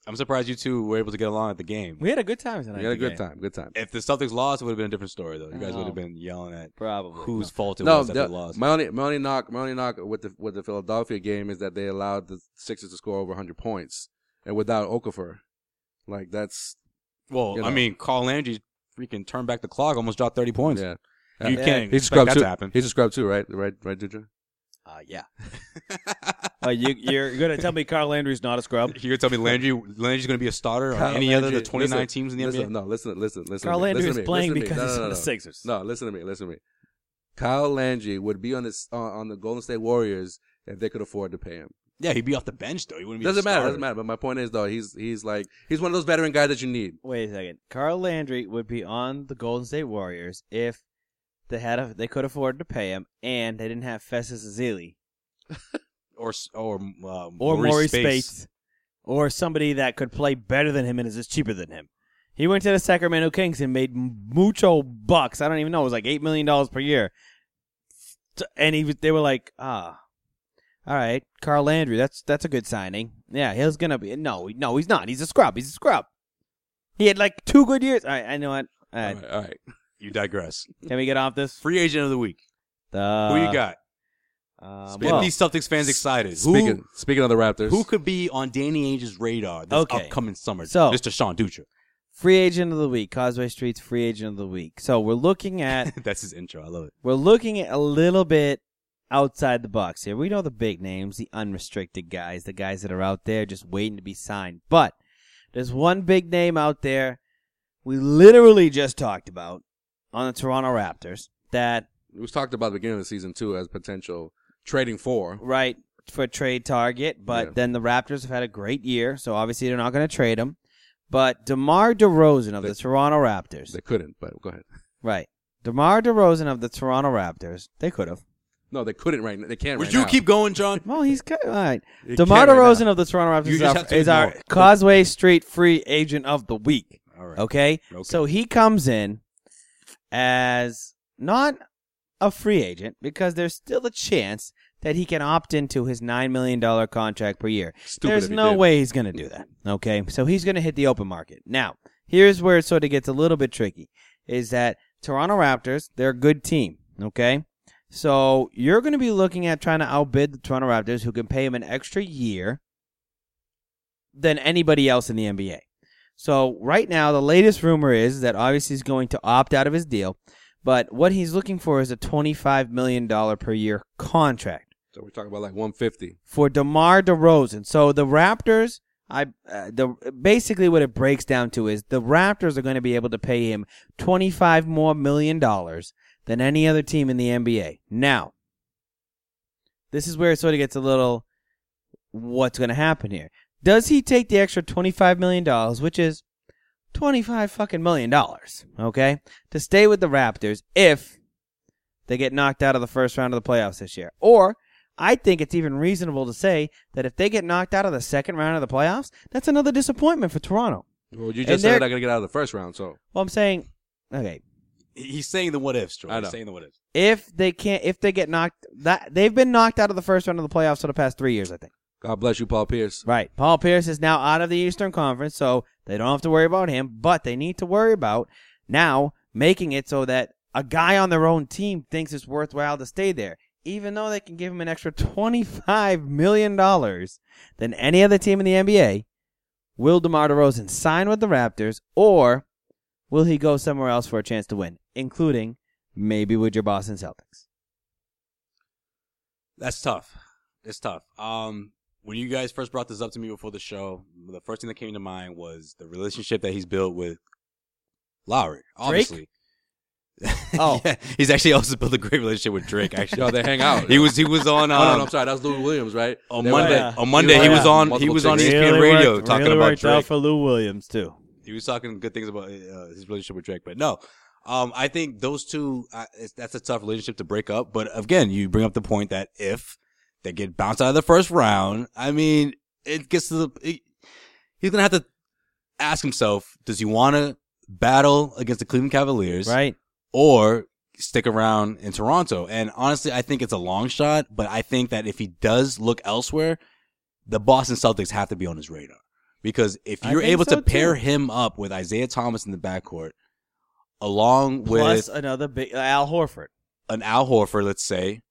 I'm surprised you two were able to get along at the game. We had a good time tonight. you had a in the good game. time. Good time. If the Celtics lost, it would have been a different story, though. You guys No. would have been yelling at Probably. whose fault it No, was that they the- lost. my only my only knock my only knock with the with the Philadelphia game is that they allowed the Sixers to score over 100 points, and without Okafor, like that's Well, you I know. mean, Carl Landry freaking turned back the clock, almost dropped 30 points. yeah. You Yeah. can't He's a expect scrub that too. to happen. He's a scrub too, right? Right, right, Dutra? Uh, yeah. Uh, you, you're going to tell me Carl Landry's not a scrub? You're gonna tell me Landry Landry's gonna be a starter on Kyle any other of the Landry, 29 listen, teams in the listen, NBA? No, listen, listen, listen. Carl to me, Landry listen is to me, playing listen to because me. No, he's no, on no, the no. Sixers. No, listen to me. Listen to me. Kyle Landry would be on this on, on the Golden State Warriors if they could afford to pay him. Yeah, he'd be off the bench though. He wouldn't be. a Doesn't matter. starter. Doesn't matter. But my point is though, he's he's like he's one of those veteran guys that you need. Wait a second. Carl Landry would be on the Golden State Warriors if they had a, they could afford to pay him and they didn't have Festus Azili Or s- or um, Or Maurice Spates. Or somebody that could play better than him and is just cheaper than him. He went to the Sacramento Kings and made mucho bucks. I don't even know. It was like eight million dollars per year. T- And he was, they were like, ah, all right, Carl Landry. That's that's a good signing. Yeah, he's gonna be. No, no, he's not. He's a scrub. He's a scrub. He had like two good years. All right, I know what. All All right, right, all right. You digress. can we get off this? Free agent of the week. The, Who you got? Uh, Get well, these Celtics fans excited. Speaking Who, speaking of the Raptors, who could be on Danny Ainge's radar this Okay. upcoming summer? So- Mr. Sean Dutra. free agent of the week, Causeway Street's free agent of the week. So we're looking at That's his intro. I love it. we're looking at a little bit outside the box here. We know the big names, the unrestricted guys, the guys that are out there just waiting to be signed. But there's one big name out there we literally just talked about on the Toronto Raptors that we talked about the beginning of the season too as potential trading for. right for trade target, but Yeah. then the Raptors have had a great year, so obviously they're not going to trade him. But DeMar DeRozan of They- the Toronto Raptors, They couldn't, but go ahead. right? DeMar DeRozan of the Toronto Raptors, they could have. No, they couldn't right now. They can't Would right you now. keep going, John? Well, he's good. All right. They DeMar can't right DeRozan now. of the Toronto Raptors You is just our, have to is our ignore it. Causeway Street free agent of the week. All right. Okay? Okay. So he comes in as not a free agent because there's still a chance that he can opt into his $9 million contract per year. Stupid There's if he no did. way he's going to do that. Okay. So he's going to hit the open market. Now, here's where it sort of gets a little bit tricky is that Toronto Raptors, they're a good team. Okay. So you're going to be looking at trying to outbid the Toronto Raptors who can pay him an extra year than anybody else in the NBA. So right now, the latest rumor is that obviously he's going to opt out of his deal, but what he's looking for is a $25 million per year contract So we're talking about like 150. for DeMar DeRozan. So the Raptors, I uh, the basically what it breaks down to is the Raptors are going to be able to pay him 25 more million dollars than any other team in the NBA. Now, this is where it sort of gets a little what's going to happen here. Does he take the extra 25 million dollars, which is 25 fucking million dollars, okay? To stay with the Raptors if they get knocked out of the first round of the playoffs this year. Or I think it's even reasonable to say that if they get knocked out of the second round of the playoffs, that's another disappointment for Toronto. Well, you And just said they're- they're not gonna get out of the first round, so Well, I'm saying, okay, He- He's saying the what ifs, Jordan. I know. He's saying the what ifs. if they can't, if they get knocked, that they've been knocked out of the first round of the playoffs for the past three years, I think. God bless you, Paul Pierce. Right. Paul Pierce is now out of the Eastern Conference, so they don't have to worry about him, but they need to worry about now making it so that a guy on their own team thinks it's worthwhile to stay there. Even though they can give him an extra $25 million than any other team in the NBA, will DeMar DeRozan sign with the Raptors or will he go somewhere else for a chance to win, including maybe with your Boston Celtics? That's tough. It's tough. Um, when you guys first brought this up to me before the show, the first thing that came to mind was the relationship that he's built with Lowry. Obviously. Oh. Yeah, he's actually also built a great relationship with Drake. Actually, Yo, they hang out. he was he was on um, oh, no, no, I'm sorry. That was Louis Williams, right? on They were Monday. Yeah. like- On Monday, he Yeah. was on. He Multiple was on E chicks. ESPN radio worked, talking really about worked out Drake. for Lou Williams too. he was talking good things about uh, his relationship with Drake. But no, um, I think those two. Uh, it's, that's a tough relationship to break up. But again, you bring up the point that if they get bounced out of the first round, I mean, it gets to the. It, he's gonna have to ask himself: Does he want to battle against the Cleveland Cavaliers, Right? or stick around in Toronto. And honestly, I think it's a long shot, but I think that if he does look elsewhere, the Boston Celtics have to be on his radar. Because if I you're think able so, to pair too. him up with Isaiah Thomas in the backcourt, along Plus with another big Al Horford. an Al Horford, let's say,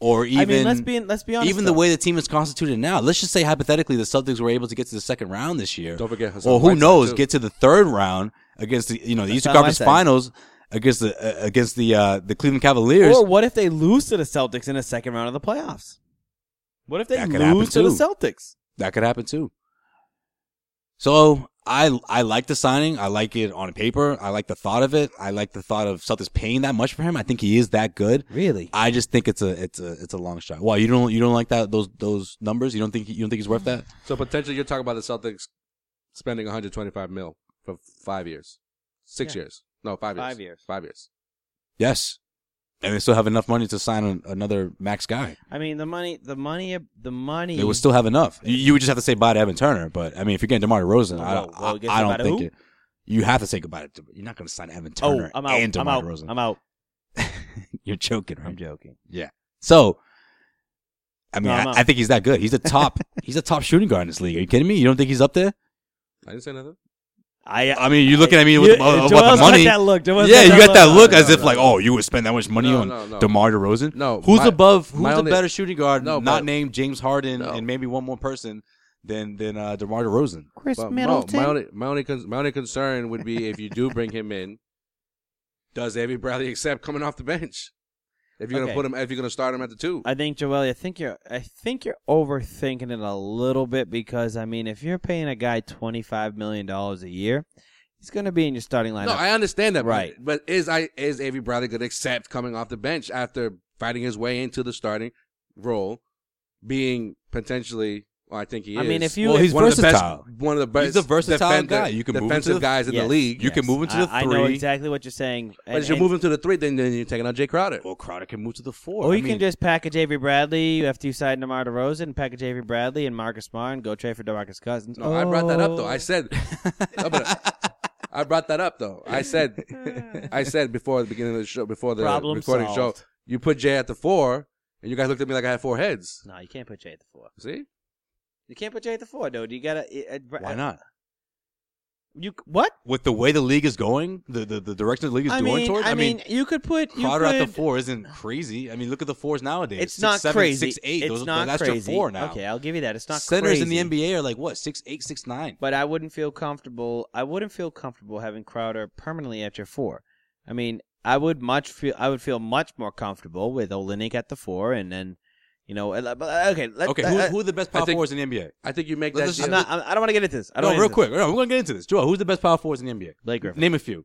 or even I mean, let's be let's be honest. even the though. way the team is constituted now, let's just say hypothetically the Celtics were able to get to the second round this year. Don't forget. Hassan Or who Whiteside, knows, too. get to the third round against the you know the That's Eastern on my Conference side. Finals against the uh, against the uh, the Cleveland Cavaliers. Or what if they lose to the Celtics in the second round of the playoffs? What if they That could happen lose to the too. Celtics? that could happen too. So I I like the signing. I like it on paper. I like the thought of it. I like the thought of Celtics paying that much for him. I think he is that good. Really? I just think it's a it's a it's a long shot. Why you don't you don't like that those those numbers? You don't think you don't think he's worth that? So potentially, you're talking about the Celtics spending 125 mil for five years, six years, no, five years, Five years. five years. Yes, and they still have enough money to sign an, another max guy. I mean, the money, the money, the money. They would still have enough. You, you would just have to say bye to Evan Turner. But I mean, if you're getting Demar Rosen, I don't Whoa, whoa, get I, I goodbye to don't think who? it. You have to say goodbye to. You're not going to sign Evan Oh, Turner I'm out. and I'm Demar out. Rosen. I'm out. You're joking, right? I'm joking. So, I mean, No, I'm out. I, I think he's that good. He's a top. he's a top shooting guard in this league. Are you kidding me? You don't think he's up there? I didn't say nothing. I, uh, I mean, you're looking at me with about Joel's about the money. Got that look. Joel's yeah, you got that look No, as no, if no. like, oh, you would spend that much money No, on no, no. DeMar DeRozan. No, who's my- above? Who's my the only- better shooting guard? No, not but- named James Harden No. and maybe one more person than than uh, DeMar DeRozan. Chris But my- My, only my only, con- my only concern would be if you do bring him in, does Avery Bradley accept coming off the bench? If you're Okay. gonna put him, if you're gonna start him at the two, I think Joel, I think you're I think you're overthinking it a little bit because I mean if you're paying a guy twenty five million dollars a year, he's gonna be in your starting lineup. no, I understand that, but- Right. But, is I is Avery Bradley gonna accept coming off the bench after fighting his way into the starting role, being potentially? Well, I think he I is. mean, if you Well, he's one versatile. Of the best, one of the best. a versatile defender- guy. You can move him to defensive the- guys in Yes. the league. You can move him to the I, I three. know exactly what you're saying. but And- if you and- move him to the three, then then you're taking out Jay Crowder. Well, Crowder can move to the four. or I you mean, can just package Avery Bradley after you sign DeMar DeRozan, package Avery Bradley and Marcus Smart and go trade for DeMarcus Cousins. No, I brought that up though. Oh. I said, No, uh, but I brought that up though. I said, I said before the beginning of the show, before the Problem recording solved. show, you put Jay at the four, and you guys looked at me like I had four heads. No, you can't put Jay at the four. See, You can't put Jay at the four, dude. You gotta. eh, it- it- why not? You what? With the way the league is going, the the, the direction the league is I going mean, towards. I mean, you could put you Crowder at the could- four isn't crazy. I mean, look at the fours nowadays. It's Six, not seven, crazy. Six eight. It's Those, not that's crazy. your four now. Okay, I'll give you that. It's not centers crazy, in the NBA are like what six eight six nine. But I wouldn't feel comfortable. I wouldn't feel comfortable having Crowder permanently at your four. I mean, I would much feel. I would feel much more comfortable with Olenek at the four, and then, you know, and, uh, but, okay. Let, Okay, I, who, I- who are the best power I think- forwards in the NBA? I think you make Well, that. this is shit- I'm not. I'm, I don't want to get into this. I don't. No, wanna real get into quick. No, we're gonna get into this. Joel, who's the best power forwards in the NBA? this. Blake Griffin. Name a few.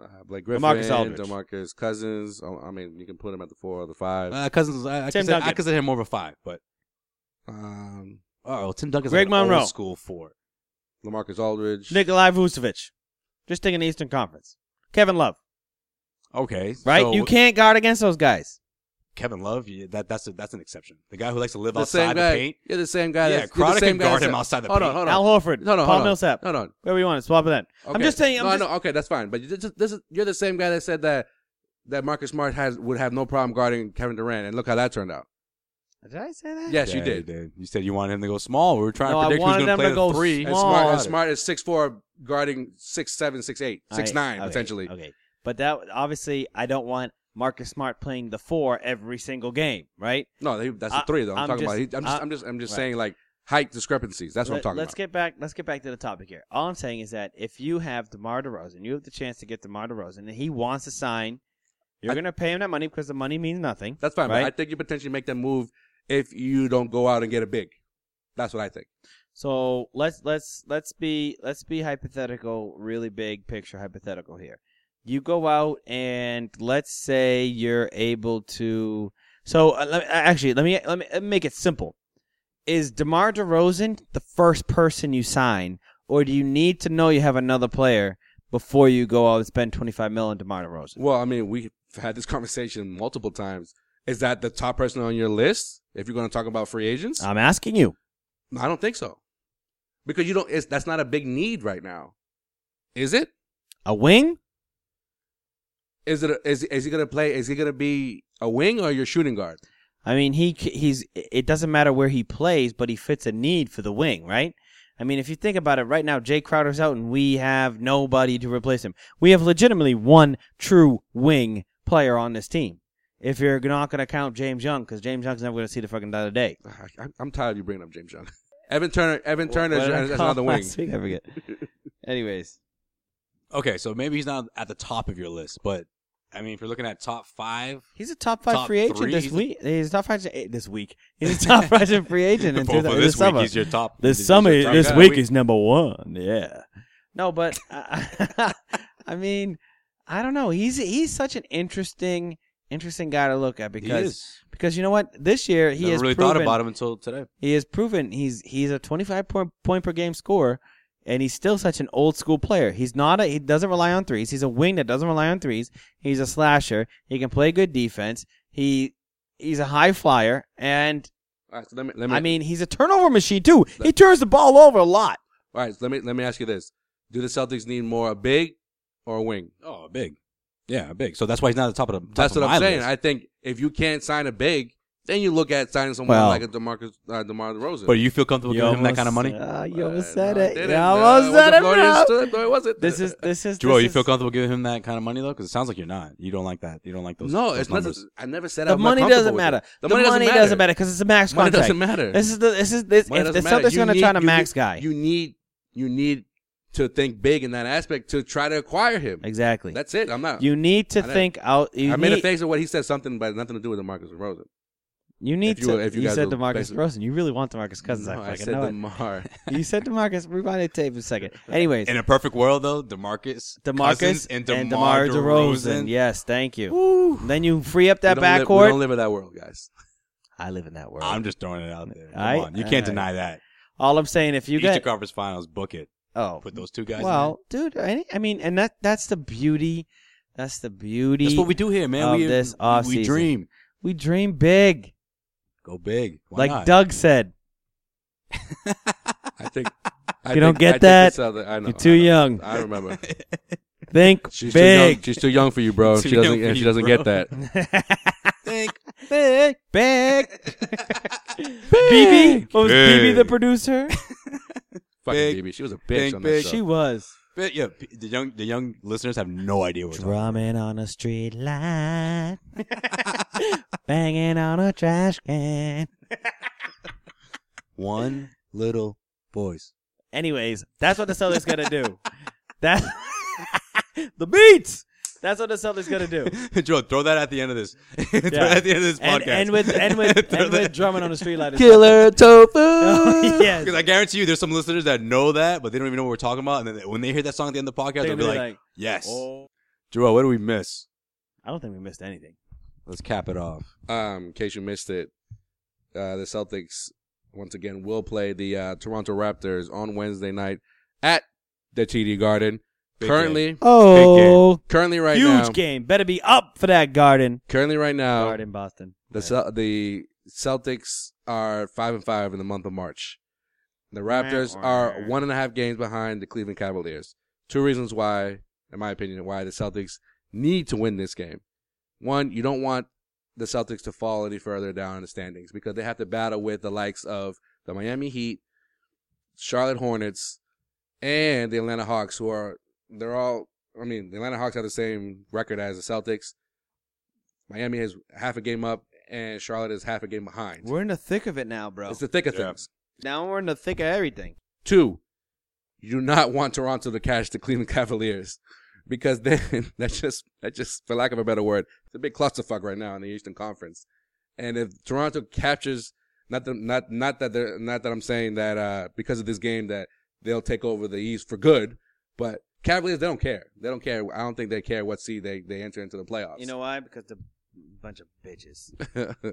uh, Blake Griffin, DeMarcus Aldridge. DeMarcus Cousins. Oh, I mean, you can put him at the four or the five. Uh, Cousins. I, I, Tim consider, I Duncan. consider him more of a five, but Um, oh, well, Tim Duncan's Greg like an Monroe. old school four. Lamarcus Aldridge. Nikolai Vucevic. Just taking the Eastern Conference. Kevin Love. Okay, Right. so you can't guard against those guys. Kevin Love. yeah, that that's a, that's an exception. The guy who likes to live the outside same the guy. paint. You're the same guy. Yeah, that's, you're Crowder the same can guy guard that's- him outside the hold paint. On, hold on. Al Horford. No, no, Paul hold on. Millsap. No, no. Wherever you want to swap it in. I'm Okay. just saying. I'm no, just, no, okay, that's fine. But you- this, is- this is you're the same guy that said that that Marcus Smart has would have no problem guarding Kevin Durant, and look how that turned out. Did I say that? Yes, you Yeah, did. You said you wanted him to go small. We were trying No, I to predict who's wanted going to them play to go the three. And Small. Smart, and Smart is six four, guarding six seven, six eight, six nine I- okay, potentially. Okay, but that obviously I don't want Marcus Smart playing the four every single game, right? No, they, that's I- the three though. I'm, I'm talking just- about. He, I'm just, I- I'm just, I'm just right. saying like height discrepancies. That's what I'm Let- talking let's about. get back. Let's get back to the topic here. All I'm saying is that if you have Demar Derozan, you have the chance to get Demar Derozan, and he wants to sign. You're I- gonna pay him that money because the money means nothing. that's fine. right? But I think you potentially make that move if you don't go out and get a big. That's what I think. So let's let's let's be let's be hypothetical, really big picture hypothetical here. You go out and let's say you're able to. So uh, let, actually, let me let me let me make it simple. Is Demar Derozan the first person you sign, or do you need to know you have another player before you go out and spend 25 mil on Demar Derozan? Well, I mean, we've had this conversation multiple times. Is that the top person on your list if you're going to talk about free agents? I'm asking you. No, I don't think so. Because you don't it's, that's not a big need right now. Is it? A wing? Is it a, is is he going to play is he going to be a wing or your shooting guard? I mean, he c- he's it doesn't matter where he plays, but he fits a need for the wing, right? I mean, if you think about it, right now Jay Crowder's out, and we have nobody to replace him. We have legitimately one true wing player on this team. If you're not going to count James Young, because James Young's never going to see the fucking light of day. I, I'm tired of you bringing up James Young. Evan Turner Evan Turner What did I is, is call another wing. last week? I forget. Anyways, Okay, so maybe he's not at the top of your list, but I mean, if you're looking at top five, He's a top five Top free agent three. this week. He's a top five eh, this week. He's a top five free agent in both two- of this summer. he's your top. This he's your summer, top this guy. week is number one. Yeah. No, but uh, I mean, I don't know. He's he's such an interesting interesting guy to look at He because is. because you know what this year he Never has really proven, thought about him until today. he has proven he's he's a 25 point, point per game scorer and he's still such an old school player. He's not a he doesn't rely on threes. He's a wing that doesn't rely on threes. He's a slasher. He can play good defense. He he's a high flyer and All right, so let me let me. I mean he's a turnover machine too. He turns the ball over a lot. all right, so let me let me ask you this: Do the Celtics need more a big or a wing? Oh, big. Yeah, big. So that's why he's not at the top of the. Top That's of what my I'm saying. list. I think if you can't sign a big, then you look at signing someone Well- like a DeMarcus uh, DeMar DeRozan. but you feel comfortable You giving him almost that kind of money, Ah, Uh, you almost no, said I it. didn't. You Uh, almost was said a it, Freudian bro. slip. No, it wasn't. This is this is. Joel. this You is- feel comfortable giving him that kind of money though, because it sounds like you're not. You don't like that. You don't like those. no, those it's not. numbers. I never said The I'm not money comfortable doesn't with matter. it. The, money, doesn't matter. because it's a max Money contract. doesn't matter. This is the this is this. Money If the doesn't matter. Celtics You going to need- try to you need- max guy, You need you need to think big in that aspect to try to acquire him. exactly. That's it. I'm not. You need I to know. think out. You I made a need- face of what he said something, but nothing to do with DeMarcus Rosen. You need if you to. were- if you you guys said were Demarcus basically- Rosen. You really want Demarcus Cousins? no, I I fucking said know it. DeMar. You said Demarcus. Rewind the tape a second. Anyways, In a perfect world, though, Demarcus, Demarcus Cousins and DeMar, DeRozan. Yes, thank you. Then you free up that we don't li- we backcourt. don't live in that world, guys. I live in that world. I'm just throwing it out there. Come Aight, on. You can't aight. deny that. All I'm saying, if you Eastern get Conference Finals, book it. oh, Put those two guys. in well, dude, any, I mean, and that that's the beauty. That's the beauty. there. that's what we do here, man. of We this we offseason. dream. We dream big, Go big. Why like not? Doug said. I think I You don't think- get I think that? it's other- I know, You're I too know. young. I remember. Think She's too young. big. She's too young for you, bro. Too she doesn't. young for and she you, doesn't bro. get that. Think big, big. Oh, BB. What was BB Big. the producer? Fucking Big, BB. She was a bitch big, on big. that show. She was. But yeah, p- the young the young listeners have no idea what. we're talking Drumming on a street light, banging on a trash can. about. One little voice. Anyways, that's what the Celtics gonna do. That the beats. That's what the Celtics gonna do. Joe, throw that at the end of this. throw that Yeah. at the end of this And, podcast. and with and with Throw and with that- drumming on the street light. Killer tofu. Oh, yes. Because I guarantee you, there's some listeners that know that, but they don't even know what we're talking about. And then they- when they hear that song at the end of the podcast, They're they'll gonna be like, like, "Yes, oh, Joel, what do we miss? I don't think we missed anything. Let's cap it off." um, in case you missed it, uh, the Celtics once again will play the uh, Toronto Raptors on Wednesday night at the TD Garden. Big currently, Oh, currently right Huge now, game. Better be up for that garden. currently right Oh. now, garden Boston. the Cel- the Celtics are five and five in the month of March. The Raptors are one and a half games behind the Cleveland Cavaliers. Two reasons why, in my opinion, why the Celtics need to win this game. One, you don't want the Celtics to fall any further down in the standings because they have to battle with the likes of the Miami Heat, Charlotte Hornets, and the Atlanta Hawks, who are they're all. I mean, the Atlanta Hawks have the same record as the Celtics. Miami is half a game up, and Charlotte is half a game behind. we're in the thick of it now, bro. It's the thick of Yeah. things. now we're in the thick of everything. Two, you do not want Toronto to catch the Cleveland Cavaliers because then that just that just for lack of a better word, it's a big clusterfuck right now in the Eastern Conference. And if Toronto captures not the, not not that they're not that I'm saying that uh, because of this game that they'll take over the East for good, but Cavaliers they don't care. They don't care. I don't think they care what seed they they enter into the playoffs. You know why? Because the bunch of bitches. uh,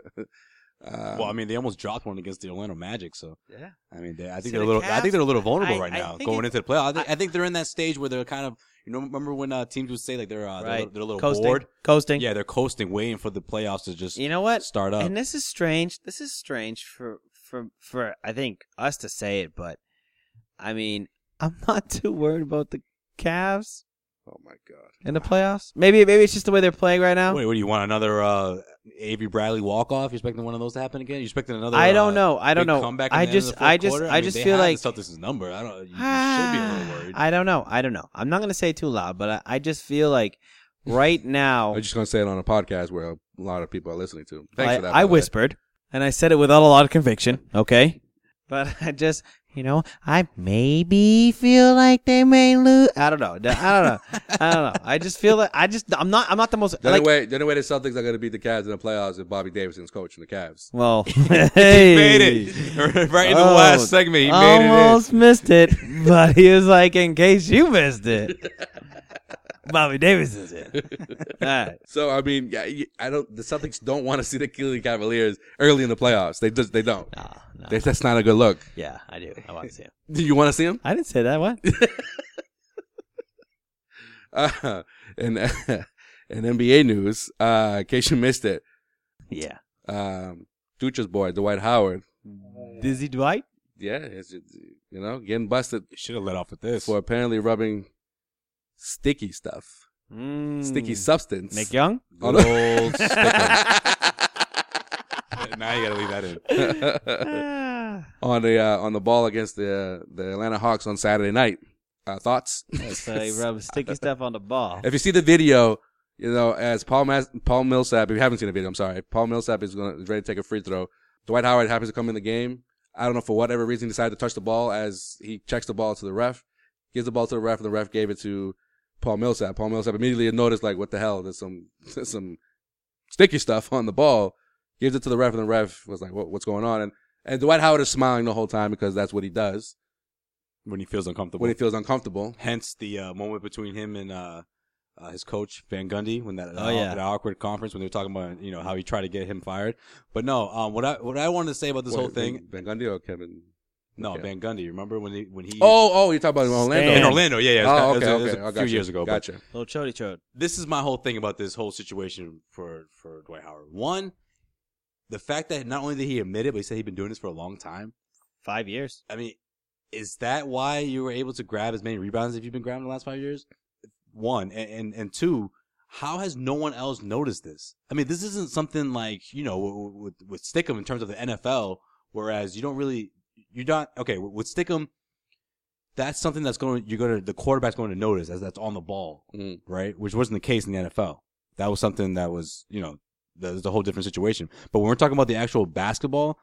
Um, well, I mean, they almost dropped one against the Orlando Magic, so Yeah. I mean, they, I See, think they're a the little. I Cavs- think they're a little vulnerable I- right I now think going it- into the playoffs. I think, I, I- think they're in that stage where they're kind of. You know, remember when uh, teams would say like they're uh, Right. they're, they're a little Coasting. bored? Coasting. Yeah, they're coasting, waiting for the playoffs to just You know what? start up. And this is strange. This is strange for for for I think us to say it, but I mean, I'm not too worried about the Cavs oh my god. in the playoffs. Maybe maybe it's just the way they're playing right now. Wait, what do you want? Another uh, Avery Bradley walk off? You expecting one of those to happen again? You expecting another? I don't uh, know. I don't big know. comeback in I the end of just the fourth I just quarter? I mean, just they feel had like the Celtics' number. I don't. You, you should be a Ah, little worried. I don't know. I don't know. I'm not gonna say it too loud, but I, I just feel like right now I'm just gonna say it on a podcast where a lot of people are listening to. Thanks I, for that. I by the way. whispered, and I said it without a lot of conviction. Okay, but I just You know, I maybe feel like they may lose. I don't know. I don't know. I don't know. I just feel like I just I'm not I'm not the most The like. only way the only way the Celtics are going to beat the Cavs in the playoffs is Bobby Davidson's coaching the Cavs. Well, He hey, made it right in the Oh, last segment. He made it. almost missed it, but he was like, in case you missed it, Bobby Davis is it. All right. So I mean, yeah, you- I don't. The Celtics don't want to see the Cleveland Cavaliers early in the playoffs. They just they don't. Nah, nah. They- that's not a good look. Yeah, I do. I want to see him. Do you want to see them? I didn't say that. What? Uh, and in NBA news, uh, in case you missed it, Yeah. um, Ducha's boy Dwight Howard. Dizzy Dwight? Yeah, it's, you know, getting busted Should have let off with this. for apparently rubbing sticky stuff, Mm. Hmm. sticky substance. Nick Young? on- Good old sticker. now you gotta leave that in. Ah. on the uh, on the ball against the uh, the Atlanta Hawks on Saturday night. Uh, thoughts? so he rubs sticky stuff on the ball. If you see the video, you know as Paul Mas- Paul Millsap. If you haven't seen the video, I'm sorry. Paul Millsap is going is ready to take a free throw. Dwight Howard happens to come in the game. I don't know for whatever reason decided to touch the ball as he checks the ball to the ref, gives the ball to the ref, and the ref gave it to Paul Millsap. Paul Millsap immediately noticed like what the hell? There's some there's some sticky stuff on the ball. Gives it to the ref, and the ref was like, what, "What's going on?" And and Dwight Howard is smiling the whole time because that's what he does When he feels uncomfortable. when he feels uncomfortable. Hence the uh, moment between him and uh, uh, his coach Van Gundy when that, uh, Oh, yeah. that awkward conference when they were talking about you know how he tried to get him fired. But no, um, what I what I wanted to say about this Wait, whole thing. Ben Gundy or Kevin? no, okay. Van Gundy. Remember when he when he Oh, oh, you're talking about Orlando. in Orlando? Yeah, yeah. It was, Oh, it was- okay, it okay. was a I few gotcha. years ago. but Gotcha. Little chody chode. this is my whole thing about this whole situation for for Dwight Howard. One, the fact that not only did he admit it, but he said he'd been doing this for a long time. Five years. I mean, is that why you were able to grab as many rebounds as you've been grabbing the last five years? One and and, and two, how has no one else noticed this? I mean, this isn't something like you know with with, with Stickum in terms of the NFL, whereas you don't really you're not okay with with Stickum. That's something that's going you're going to the quarterback's going to notice as that's on the ball, Mm. Mm-hmm. right? Which wasn't the case in the NFL. That was something that was you know that was a whole different situation. But when we're talking about the actual basketball,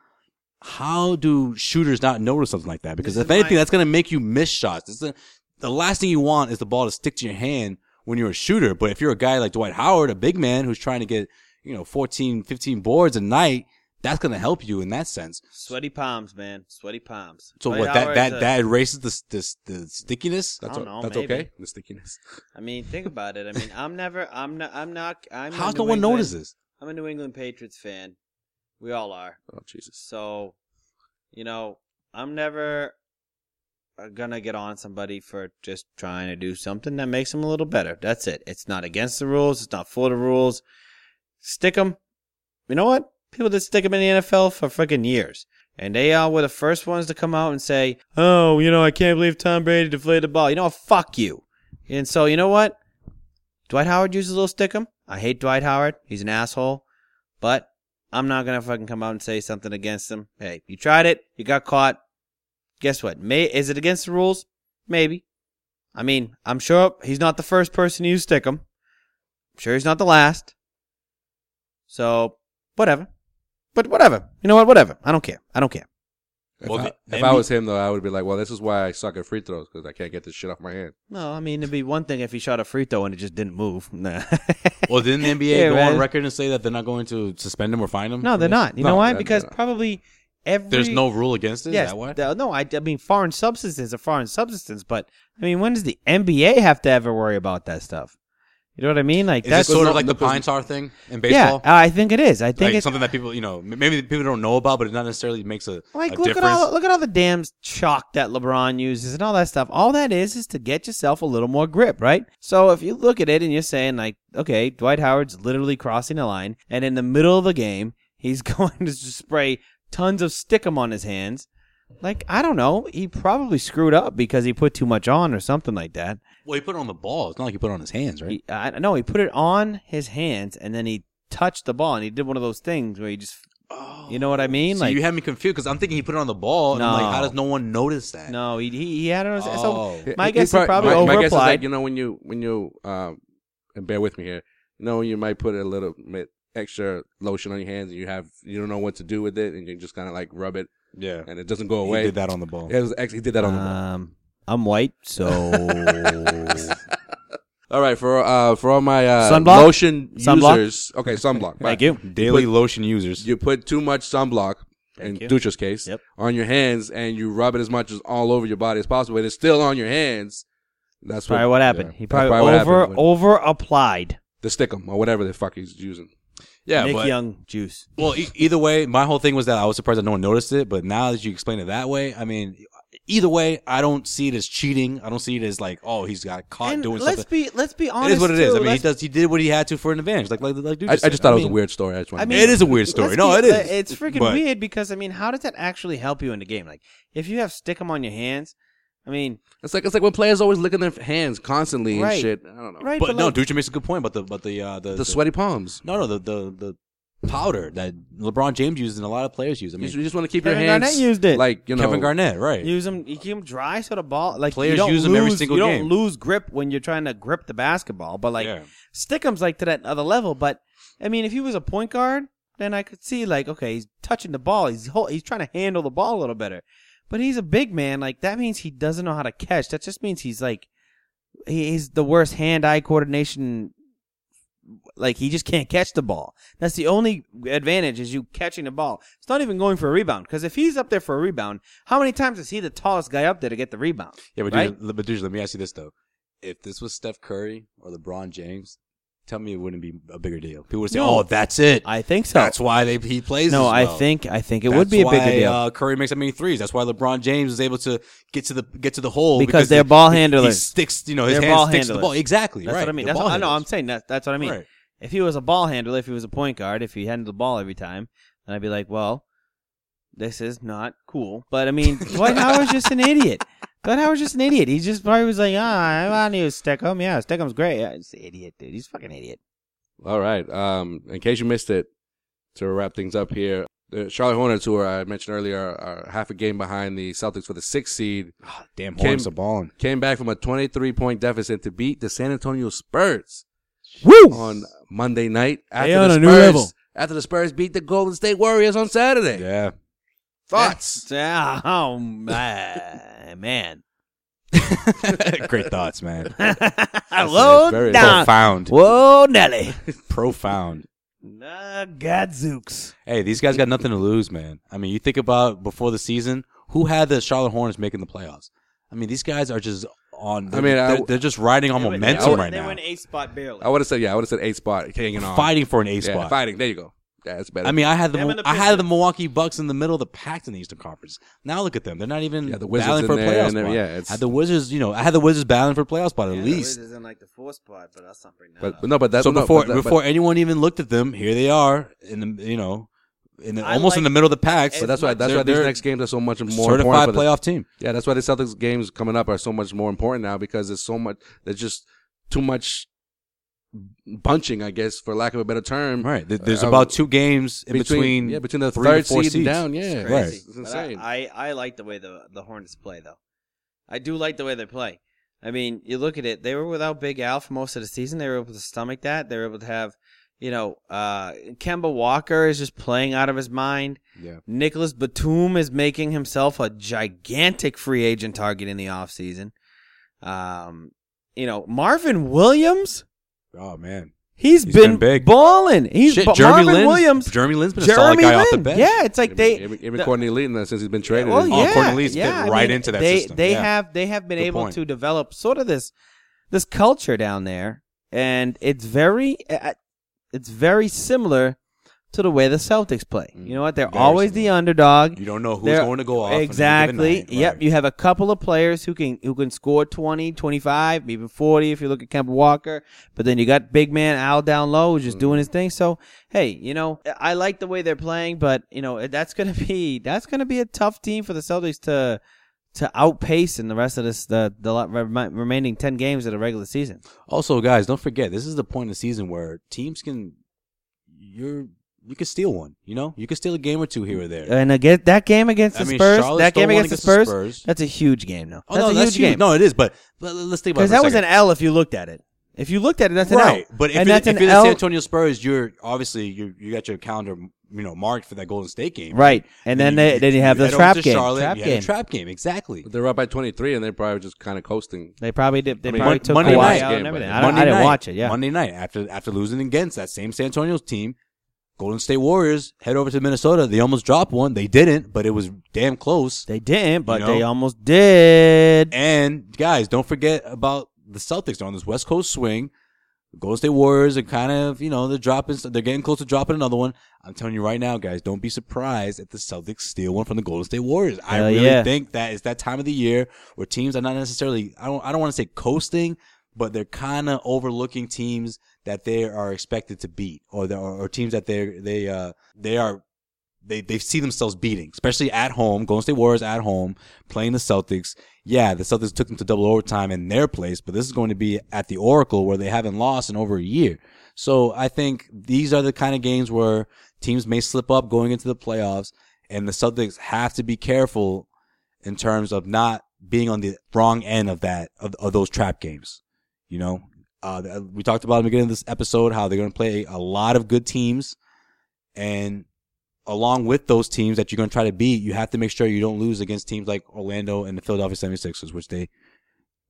how do shooters not notice something like that? Because This if is my- anything, that's going to make you miss shots. It's the- the last thing you want is the ball to stick to your hand when you're a shooter. But if you're a guy like Dwight Howard, a big man who's trying to get, you know, 14, 15 boards a night, that's going to help you in that sense. Sweaty palms, man. Sweaty palms. So Dwight what that Howard's that a- that erases the the, the stickiness. That's, I o- don't know, that's maybe. okay. The stickiness. I mean, think about it. I mean, I'm never. I'm not. I'm not. I'm. a How's New no one England- noticed this? I'm a New England Patriots fan. We all are. Oh Jesus. So, you know, I'm never uh, gonna get on somebody for just trying to do something that makes them a little better. That's it. It's not against the rules. It's not for the rules. Stick them. You know what? People that stick them in the NFL for freaking years. And they uh, were the first ones to come out and say, oh, you know, I can't believe Tom Brady deflated the ball. You know, what? fuck you. And so, you know what? Dwight Howard uses a little stick 'em. I hate Dwight Howard. He's an asshole. But I'm not gonna fucking come out and say something against them. Hey, you tried it, you got caught. Guess what? May is it against the rules? Maybe. I mean, I'm sure he's not the first person to use stickum. I'm sure he's not the last. So whatever. But whatever. You know what? Whatever. I don't care. I don't care. If, Well, I, the- if the I NBA was him though, I would be like, well, this is why I suck at free throws because I can't get this shit off my hand. No, I mean it'd be one thing if he shot a free throw and it just didn't move. Nah. Well, didn't the NBA Yeah, go man. on record and say that they're not going to suspend him or fine him? no, for they're this? not. You No, know why? they're Because not. probably every There's no rule against it. Is Yes, that why? th- no, I, I mean foreign substance is a foreign substance, but I mean, when does the NBA have to ever worry about that stuff? You know what I mean? Like Is that's it sort of like the because- pine tar thing in yeah, baseball? I think it is. I think like it's something that people you know m- maybe people don't know about, but it not necessarily makes a like a look difference. at all look at all the damn chalk that LeBron uses and all that stuff. All that is is to get yourself a little more grip, right? So if you look at it and you're saying like, okay, Dwight Howard's literally crossing the line, and in the middle of the game, he's going to just spray tons of stickum on his hands. Like I don't know, he probably screwed up because he put too much on or something like that. well, he put it on the ball. It's not like he put it on his hands, right? He, I I know he put it on his hands and then he touched the ball and he did one of those things where he just, oh, you know what I mean? so like you had me confused because I'm thinking he put it on the ball, and I'm No. like, how does no one notice that? no, he he, he had it on his Oh. so He- my he guess is probably my, over my guess is applied. like, you know when you when you um and bear with me here. You know when you might put a little bit extra lotion on your hands and you have you don't know what to do with it and you just kind of like rub it Yeah. and it doesn't go He away. did that on the ball. It was actually he did that on the ball. Um, I'm white, so All right, for uh for all my uh Sunblock? lotion Sunblock? users. Okay, sunblock. right. thank you. Daily But- lotion users. You put too much sunblock in Thank you. Dutra's case Yep. on your hands and you rub it as much as all over your body as possible. and It's still on your hands. That's Probably what happened. yeah, He that's probably, what over happened. over applied. the stickum or whatever the fuck he's using. Yeah, Nick but Young juice. well, e- either way, my whole thing was that I was surprised that no one noticed it. But now that you explain it that way, I mean, either way, I don't see it as cheating. I don't see it as like, oh, he's got caught And doing let's something. be let's be It honest. is what it is. too. I mean, he Let's- does. He did what he had to for an advantage. Like, like, like dude. I, I just said. thought it was mean, a weird story. I just wanted I to mean- it is a weird story. let's No, be- it like, is. It's freaking But- weird because I mean, how does that actually help you in the game? Like, if you have stick 'em on your hands, I mean, It's like it's like when players always licking their hands constantly Right. and shit. I don't know. right? But no, like, Dutra makes a good point about the about the uh, the, The sweaty palms. No, no, the the the powder that LeBron James uses and a lot of players use. I You mean, just, you just want to keep Kevin your hands Garnett used it. like you know Kevin Garnett, right? use them. You keep them dry so the ball like you Players don't use lose, 'em every single You don't game. lose grip when you're trying to grip the basketball, but like Yeah. stick 'em's like to that other level. But I mean, if he was a point guard, then I could see like, okay, he's touching the ball. He's hol- he's trying to handle the ball a little better. But he's a big man. Like that means he doesn't know how to catch. That just means he's like, he- he's the worst hand-eye coordination. Like he just can't catch the ball. That's the only advantage is you catching the ball. It's not even going for a rebound because if he's up there for a rebound, how many times is he the tallest guy up there to get the rebound? Yeah, but, right? dude, le- but dude, let me ask you this though: If this was Steph Curry or LeBron James, tell me it wouldn't be a bigger deal. People would say, No. "Oh, that's it. I think so. that's why they he plays." no, as I well. think I think it That's would be a bigger why, deal. Uh, Curry makes that many threes. That's why LeBron James is able to get to the get to the hole Because they're ball he- He handlers. sticks, you know, his They're hand ball sticks to the ball. handlers. Exactly. That's right. what I mean. They're That's ball what, I know. I'm handlers. saying that. That's what I mean. Right. If he was a ball handler, if he was a point guard, if he handled the ball every time, then I'd be like, well, this is not cool. But I mean, Dwight Howard's just an idiot. Dwight Howard's just an idiot. He just probably was like, ah, I knew Steckham. Yeah, Steckham's great. Yeah, he's an idiot, dude. He's a fucking idiot. All right. Um, in case you missed it, to wrap things up here, the Charlotte Hornets, who I mentioned earlier, are half a game behind the Celtics for the sixth seed, Ah, damn, Came- horns are balling. came back from a 23 point deficit to beat the San Antonio Spurs Woo! on Monday night. After on the a Spurs, new level. After the Spurs beat the Golden State Warriors on Saturday. Yeah. Thoughts? Yeah, oh, my- man. Great thoughts, man. Hello, very Don. Profound. Whoa, Nelly. Profound. Nah, Gadzooks. Hey, these guys got nothing to lose, man. I mean, you think about before the season, who had the Charlotte Hornets making the playoffs? I mean, these guys are just on. I mean, I- they're, they're just riding on momentum right They now, were in eighth spot barely. I would have said, yeah, I would have said eight spot, hanging on. fighting for an A Yeah, spot. Fighting. There you go. Yeah, that's better. I mean, I had the, Them Mo- and the I had the Milwaukee Bucks in the middle of the pack in the Eastern Conference. Now look at them; they're not even Yeah, the Wizards battling in for a there playoff and spot. every- yeah, it's- I had the Wizards, you know, I had the Wizards battling for a playoff spot at Yeah, the least. Wizards in like the fourth spot, but that's not bringing that but, up. but no, but that's so no, before but that- but- before anyone even looked at them, here they are in the you know, in the, I almost in like- the middle of the pack. but that's why that's They're- why these they're next games are so much more important certified for the playoff team. Yeah, that's why the Celtics games coming up are so much more important now because there's so much, there's just too much bunching, I guess, for lack of a better term. Right. There- There's Uh, about two games in between. yeah, between the three to third seed four and seeds. down. Yeah, crazy. Right. It's But insane. I, I I like the way the the Hornets play though. I do like the way they play. I mean, you look at it; they were without Big Al for most of the season. They were able to stomach that. They were able to have, you know, uh, Kemba Walker is just playing out of his mind. yeah, Nicholas Batum is making himself a gigantic free agent target in the offseason. Um, you know, Marvin Williams, Oh man. he's He's been, been big. balling. He's Shit, but Jeremy Marvin Lin's- Williams, Jeremy Lin's been a solid Jeremy guy off the Even- bench. Yeah, it's like they. even, even the- Courtney Lee now since he's been traded. well, and- Oh, yeah, Cornelius fit yeah, I right mean, into that they, system. They Yeah. have they have been Good able point. to develop sort of this this culture down there, and it's very uh, it's very similar to the way the Celtics play. You know what? They're Mm. Very always the underdog. You don't know who's They're- going to go off. on any given Exactly. night, Yep. right. You have a couple of players who can who can score 20, 25, even 40 if you look at Kemba Walker. But then you got big man Al down low who's just doing Mm. his thing. So, hey, you know, I like the way they're playing, but you know, eh, that's going to be that's going to be a tough team for the Celtics to to outpace in the rest of this the the lot- remi- remaining 10 games of the regular season. Also, guys, don't forget this is the point in the season where teams can you're you can steal one. You know, you can steal a game or two here or there. And again, that game against I the mean, Spurs, Charlotte that stole game one against the against the Spurs, Spurs. that's a huge game though. oh that's no, a that's huge huge. game. No, it is. But, but let's think about it Because for a that was an second. L if you looked at it. If you looked at it, that's an L. right. But if and you're, that's if an you're the L. San Antonio Spurs, you're obviously you you got your calendar you know marked for that Golden State game. Right. And then they then you have the head over trap to game. Charlotte, Trap you have the game. trap game. Exactly. They're up by 23, and they're probably just kind of coasting. They probably did. They I mean, probably Mon- took Monday Kawhi night out game, and but everything. yeah. I, don't, I didn't watch it. Yeah. Monday night after after losing against that same San Antonio's team, Golden State Warriors head over to Minnesota. They almost dropped one. They didn't, but it was damn close. They didn't, but You they know? almost did. And guys, don't forget about the Celtics. They're on this West Coast swing. The Golden State Warriors are kind of, you know, they're dropping. They're getting close to dropping another one. I'm telling you right now, guys, don't be surprised if the Celtics steal one from the Golden State Warriors. I Hell really yeah. think that it's that time of the year where teams are not necessarily. I don't. I don't want to say coasting, but they're kind of overlooking teams that they are expected to beat, or there are, or teams that they they uh they are they they see themselves beating, especially at home. Golden State Warriors at home playing the Celtics. Yeah, the Celtics took them to double overtime in their place, but this is going to be at the Oracle where they haven't lost in over a year. So I think these are the kind of games where teams may slip up going into the playoffs, and the Celtics have to be careful in terms of not being on the wrong end of that of, of those trap games. You know, uh, th- we talked about in the beginning of this episode how they're going to play a lot of good teams, and along with those teams that you're going to try to beat, you have to make sure you don't lose against teams like Orlando and the Philadelphia 76ers, which they,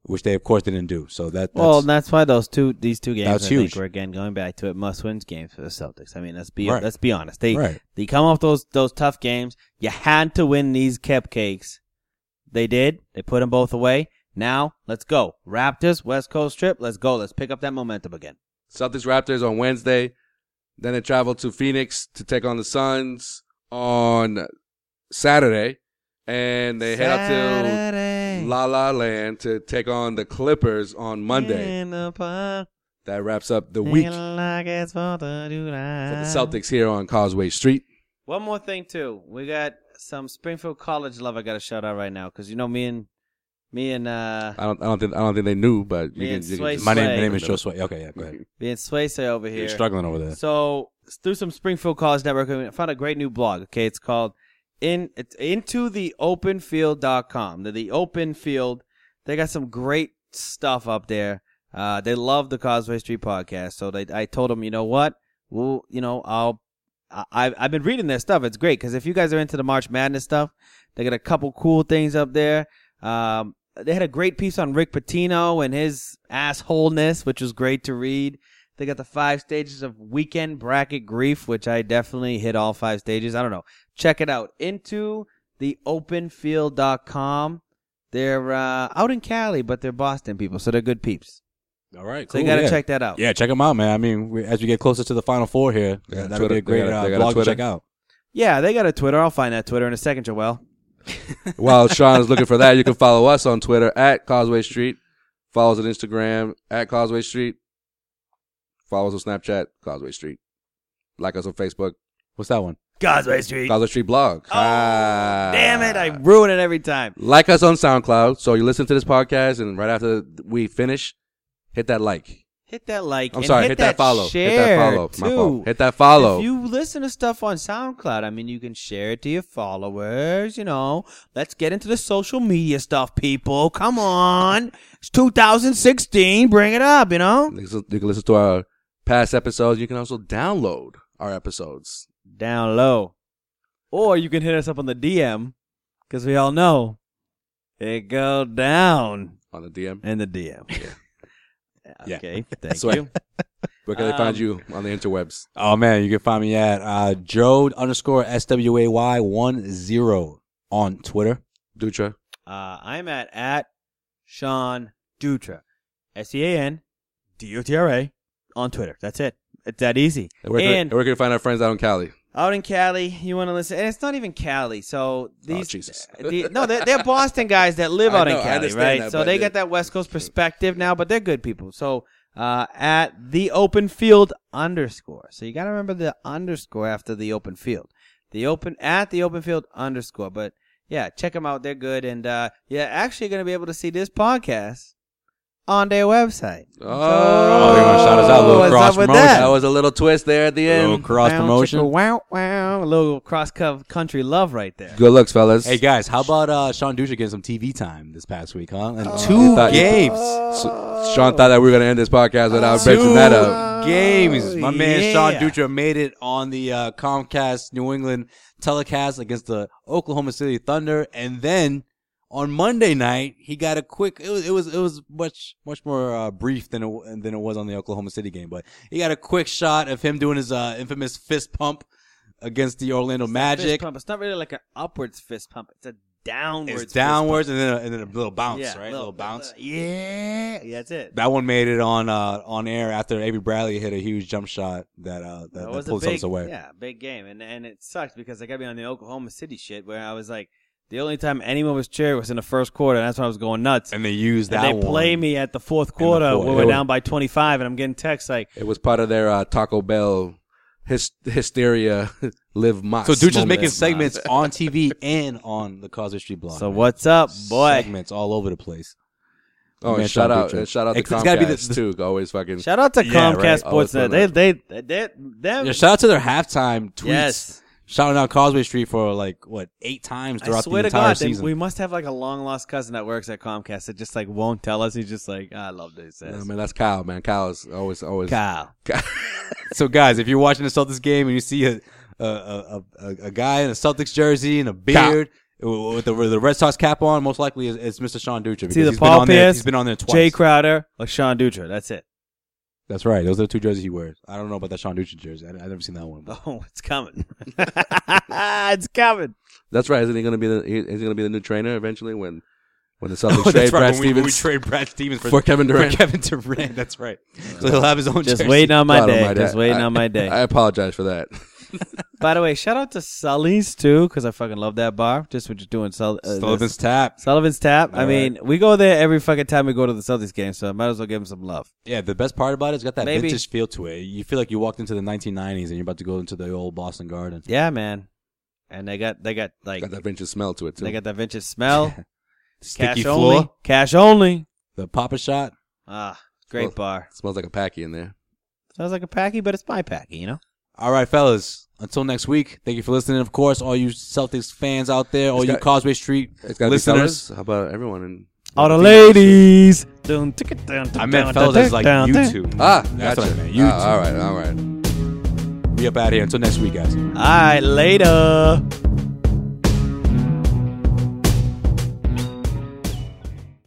which they of course didn't do. So that that's, Well, that's why those two, these two games, That's I think, huge. were again going back to it, must-wins games for the Celtics. I mean, let's be Right. let's be honest. They right. they come off those those tough games. You had to win these cupcakes. They did. They put them both away. Now let's go Raptors West Coast trip. Let's go. Let's pick up that momentum again. Celtics Raptors on Wednesday. Then they travel to Phoenix to take on the Suns on Saturday. And they head out to La La Land to take on the Clippers on Monday. That wraps up the week for the Celtics here on Causeway Street. One more thing too. We got some Springfield College love I got to shout out right now because you know me and me and uh I don't, I don't think, I don't think they knew, but you Man, can, you can Sway just- My name, my Sway. name is Joe Sway. Okay, yeah, go ahead. me and Swayze over You're here. struggling over there. So through some Springfield College network, I found a great new blog. Okay, it's called in it's into the openfield.com. The, the open field, they got some great stuff up there. Uh, they love the Causeway Street podcast. So they, I told them, you know what? Well, you know, I'll, I, I've- I've been reading their stuff. It's great because if you guys are into the March Madness stuff, they got a couple cool things up there. Um, they had a great piece on Rick Pitino and his assholeness, which was great to read. They got the five stages of weekend bracket grief, which I definitely hit all five stages. I don't know. Check it out. Into the openfield.com. They're uh, out in Cali, but they're Boston people, so they're good peeps. All right, So cool. you got to yeah. check that out. Yeah, check them out, man. I mean, we, as we get closer to the Final Four here, They got a that would Twitter- be a great they got a- uh, they got a blog to Twitter. check out. Yeah, they got a Twitter. I'll find that Twitter in a second, Joel. While Sean is looking for that, you can follow us on Twitter at Causeway Street. Follow us on Instagram at Causeway Street. Follow us on Snapchat, Causeway Street. Like us on Facebook, What's that one? Causeway Street. Causeway Street blog. Ah. Oh, Damn it, I ruin it every time. like us on SoundCloud. So you listen to this podcast, and right after we finish, hit that like. Hit that like. I'm and sorry, hit, hit that, follow. Share hit that follow. Too. My fault. Hit that follow. If you listen to stuff on SoundCloud, I mean, you can share it to your followers. You know, let's get into the social media stuff, people. Come on, it's 2016. Bring it up. You know, Listen- you can listen to our past episodes. You can also download our episodes. down low, or you can hit us up on the DM because we all know it go down On the DM. in the DM. Yeah. Okay, thank Sway. you. Where can they find Um, you on the interwebs? Oh man, you can find me at uh, Joe underscore S W A Y one zero on Twitter. Dutra. Uh, I'm at at Sean Dutra, S E A N D O T R A on Twitter. That's it. It's that easy. And where, can, And- where can we find our friends out in Cali? Out in Cali, you want to listen, and it's not even Cali. So these, Oh, uh, Jesus. the- no, they're, they're Boston guys that live I out know, in I Cali, understand right? that, so but they the- got that West Coast perspective now, but they're good people. So uh, at the open field underscore, so you got to remember the underscore after the open field, the open at the open field underscore. But yeah, check them out; they're good, and uh, you're actually going to be able to see this podcast on their website. Oh, Oh, you want to shout us out? A little What's cross up with promotion. that? that was a little twist there at the A little end. cross Wow, chicka, promotion. Wow, wow, a little cross cov- country love right there. Good looks, fellas. Hey guys, how about uh, Sean Dusha getting some TV time this past week, huh? And You two Uh, thought you- games. So- Sean thought that we were gonna end this podcast without Two breaking that up. games. My man Sean yeah. Dutra made it on the uh, Comcast New England telecast against the Oklahoma City Thunder, and then on Monday night he got a quick. It was it was it was much much more uh, brief than it, w- than it was on the Oklahoma City game, but he got a quick shot of him doing his uh, infamous fist pump against the Orlando Fist Magic. pump. It's not really like an upwards fist pump. It's a downwards. It's downwards and then a, and then a little bounce, Yeah, right? A little- little bounce. Yeah, yeah, that's it. That one made it on uh, on air after Avery Bradley hit a huge jump shot that uh, that, that was a pulled big, us away. Yeah, big game, and and it sucked because I got me on the Oklahoma City shit where I was like, the only time anyone was cheering was in the first quarter, and that's when I was going nuts. And they used And that they one. play me at the fourth the quarter fourth. when It we're was- down by twenty five, and I'm getting texts like, It was part of their uh, Taco Bell hys- hysteria live mock. So dude's just moment. making segments on TV and on the Causeway Street block. "So man. what's up, boy?" Segments all over the place. Oh, Man, and shout Sean out, Dutra. and shout out to It's- it's Comcast gotta be the- the- too. Always fucking. Shout out to Yeah, Comcast right. Oh, Sports. Always They, they, they, they, them. Yeah, shout out to their halftime tweets. yes, Shouting out Causeway Street for like what eight times I throughout swear the to entire God, they, season. we must have like a long lost cousin that works at Comcast that just like won't tell us. He's just like, I love this. Nah, man, that's Kyle. Man, Kyle's always always. Kyle. so guys, if you're watching the Celtics game and you see a a a, a, a guy in a Celtics jersey and a beard. With the, with the Red Sox cap on, most likely is, is Mr. Sean Dutra. because either he's been Paul on there, Pierce, he's been on there twice. Jay Crowder or Sean Dutra. That's it. That's right. Those are the two jerseys he wears. I don't know about that Sean Dutra jersey. I, I've never seen that one. but- Oh, it's coming. it's coming. That's right. Isn't he gonna be the? he- Is he gonna be the new trainer eventually when when the Celtics Oh, trade Brad when we, when we Stevens trade Brad Stevens for, for Kevin for Durant? Kevin Durant. That's right. So he'll have his own Just jersey. waiting on my God day. almighty, Just I- waiting I- on my day. I apologize for that. By the way, shout out to Sully's too, because I fucking love that bar. Just what you're doing, Sul- uh, Sullivan's this- tap. Sullivan's Tap. I All right. mean, we go there every fucking time we go to the Celtics game, so I might as well give him some love. Yeah, the best part about it, it's got that Maybe. vintage feel to it. You feel like you walked into the 1990s and you're about to go into the old Boston Garden. Yeah, man. And they got they got like Got that vintage smell to it too. they got that vintage smell. Sticky Cash floor, only. Cash only. the Papa Shot. Ah, great Well- bar. Smells like a packy in there. Sounds like a packy, but it's my packy, you know. All right, fellas. Until next week, thank you for listening. Of course, all you Celtics fans out there, all It's you got- Causeway Street It's gotta be fellas. listeners. How about everyone? In, All the ladies. Dun, ticka, dun, I dun, meant dun, fellas dun, as like dun, dun. YouTube. Ah, That's gotcha. what I meant, you Ah, all right, all right. We up out here. Until next week, guys. All right, later.